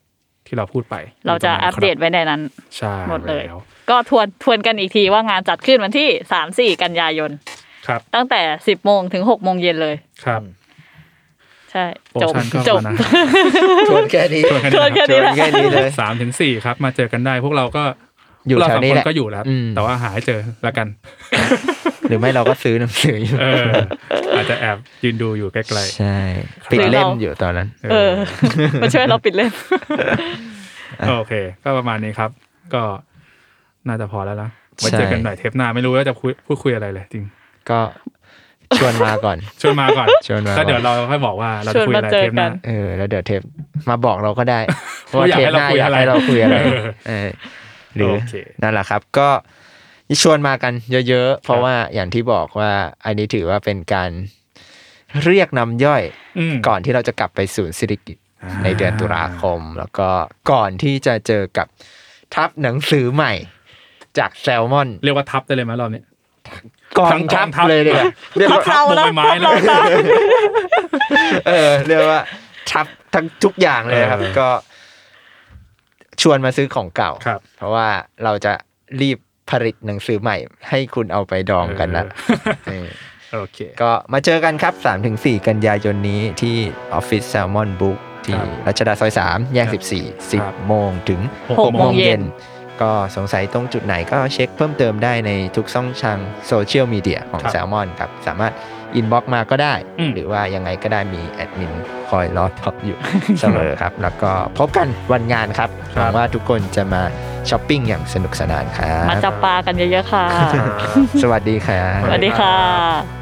D: ที่เราพูดไป
E: เราจะอัปเดต
D: ยู่
E: ไว้ในนั้น
D: ตรงนั้นครับใช่
E: หมดเลย
D: แว
E: ก็ทวนทวนกันอีกทีว่างานจัดขึ้นวันที่ 3 4 กันยายน
D: ครับ
E: ตั้งแต่ 10โมงถึง6โมงเย็นเลย
D: ครับ
E: ใช่
D: โปร
E: จ
D: โม
E: บ
D: ชั่นก็
E: จบ
D: มานะ
C: ชวนแค่นี้
D: ชวนกัน
E: ชวน
D: นะค
E: กั
D: รับ
E: น
C: แค่
E: นี่แหละ
C: นี้ เลย
D: สามถึงสี่ครับ มาเจอกันได้พวกเราก็
C: อยู่
D: พวก
C: แถ
D: เราสาว ม
C: นี้
D: ค
C: แห
D: น
C: ละ
D: ก็อยู่แล้วครับ
C: อืม
D: แต่ว่าหาให้เจอละกัน
C: หรือไม่เราก็ซื้อหนังสืออยู่
D: เอ อ อาจจะแอบยืนดูอยู่ใกล้
C: ใช่ปิดเล่มอยู่ตอนนั้น
D: ๆเอ
E: เอ
D: อ
E: อ มาช่วยเราปิดเล่ม
D: โอเค ก็ประมาณนี้ครับ ก็น่าจะพอแล้วนะไว้เจอกัน
C: ใช่
D: หน่อยเทปหน้าไม่รู้ว่าจะคุยพูดคุยอะไรเลยจริง
C: ก็ชวนมาก่อน
D: ชวนมาก่อน
C: ชวนมาก่อน
D: แล้วเดี๋ยวเราค่อยบอกว่าเราจะคุยอะไรเทปหน้า
C: เออแล้วเดี๋ยวเทปมาบอกเราก็ได้
D: ว่า
C: ว่า
D: อยาก
C: เทปหน้า
D: ให้เราคุย
C: อยาก
D: อะไร
C: ให้เราคุยอะไร
D: เออ
C: เออหรือ
D: โอเค
C: นั่นแหละครับ ก็ชวนมากันเยอะๆ เพราะว่าอย่างที่บอกว่าอันนี้ถือว่าเป็นการเรียกน้ำย่อย
D: ม
C: ก่อนที่เราจะกลับไปศูนย์สิริกิตในเดือนตุลาคม แล้วก็ก่อนที่จะเจอกับทับหนังสือใหม่ จากแซลมอน
D: เรียกว่าทับได้เลยไหมรอบนี้
C: กอง
D: ทั้งก
C: ทั
D: อง
C: พ
D: ทัพ
C: เลยเลยอะเรียก
D: ทับ
C: ว่า
D: ทับลงไม้เลย
C: เออเรียกว่าทับทั้งทุกอย่างเลยครับ
D: เออ
C: ก็ ชวนมาซื้อของเก่า
D: ครับ
C: เพราะว่าเราจะรีบผลิตหนังสือใหม่ ให้คุณเอาไปดองกันนะเออ
D: โอเค
C: ก็มาเจอกันครับ 3-4 กันยายนนี้ที่ออฟฟิศแซลมอนบุ๊กที่
D: ครับ
C: รัชดาซอย 3 แยก 14
D: ครับ
C: 10 โมงถึง
E: หก
C: 6
E: โม
C: โม
E: ง
C: ง
E: เย็
C: เย็
E: น
C: น ก็สงสัยตรงจุดไหนก็เช็คเพิ่มเติมได้ในทุกช่องทางโซเชียลมีเดียของ
D: ครับ
C: แซลมอนครับ สามารถอินบ็อกมาก็ได้
D: อืม
C: หรือว่ายังไงก็ได้มีแอดมินคอยรอท็อป อยู่ เสมอครับ แล้วก็พบกันวันงานครับหวังว่าทุกคนจะมาช้อปปิ้งอย่างสนุกสนานครั
E: มา
C: บ
E: จับปลากันเยอะๆค่ะ
C: สวัสดีครับ
E: สวัสดีค่ะ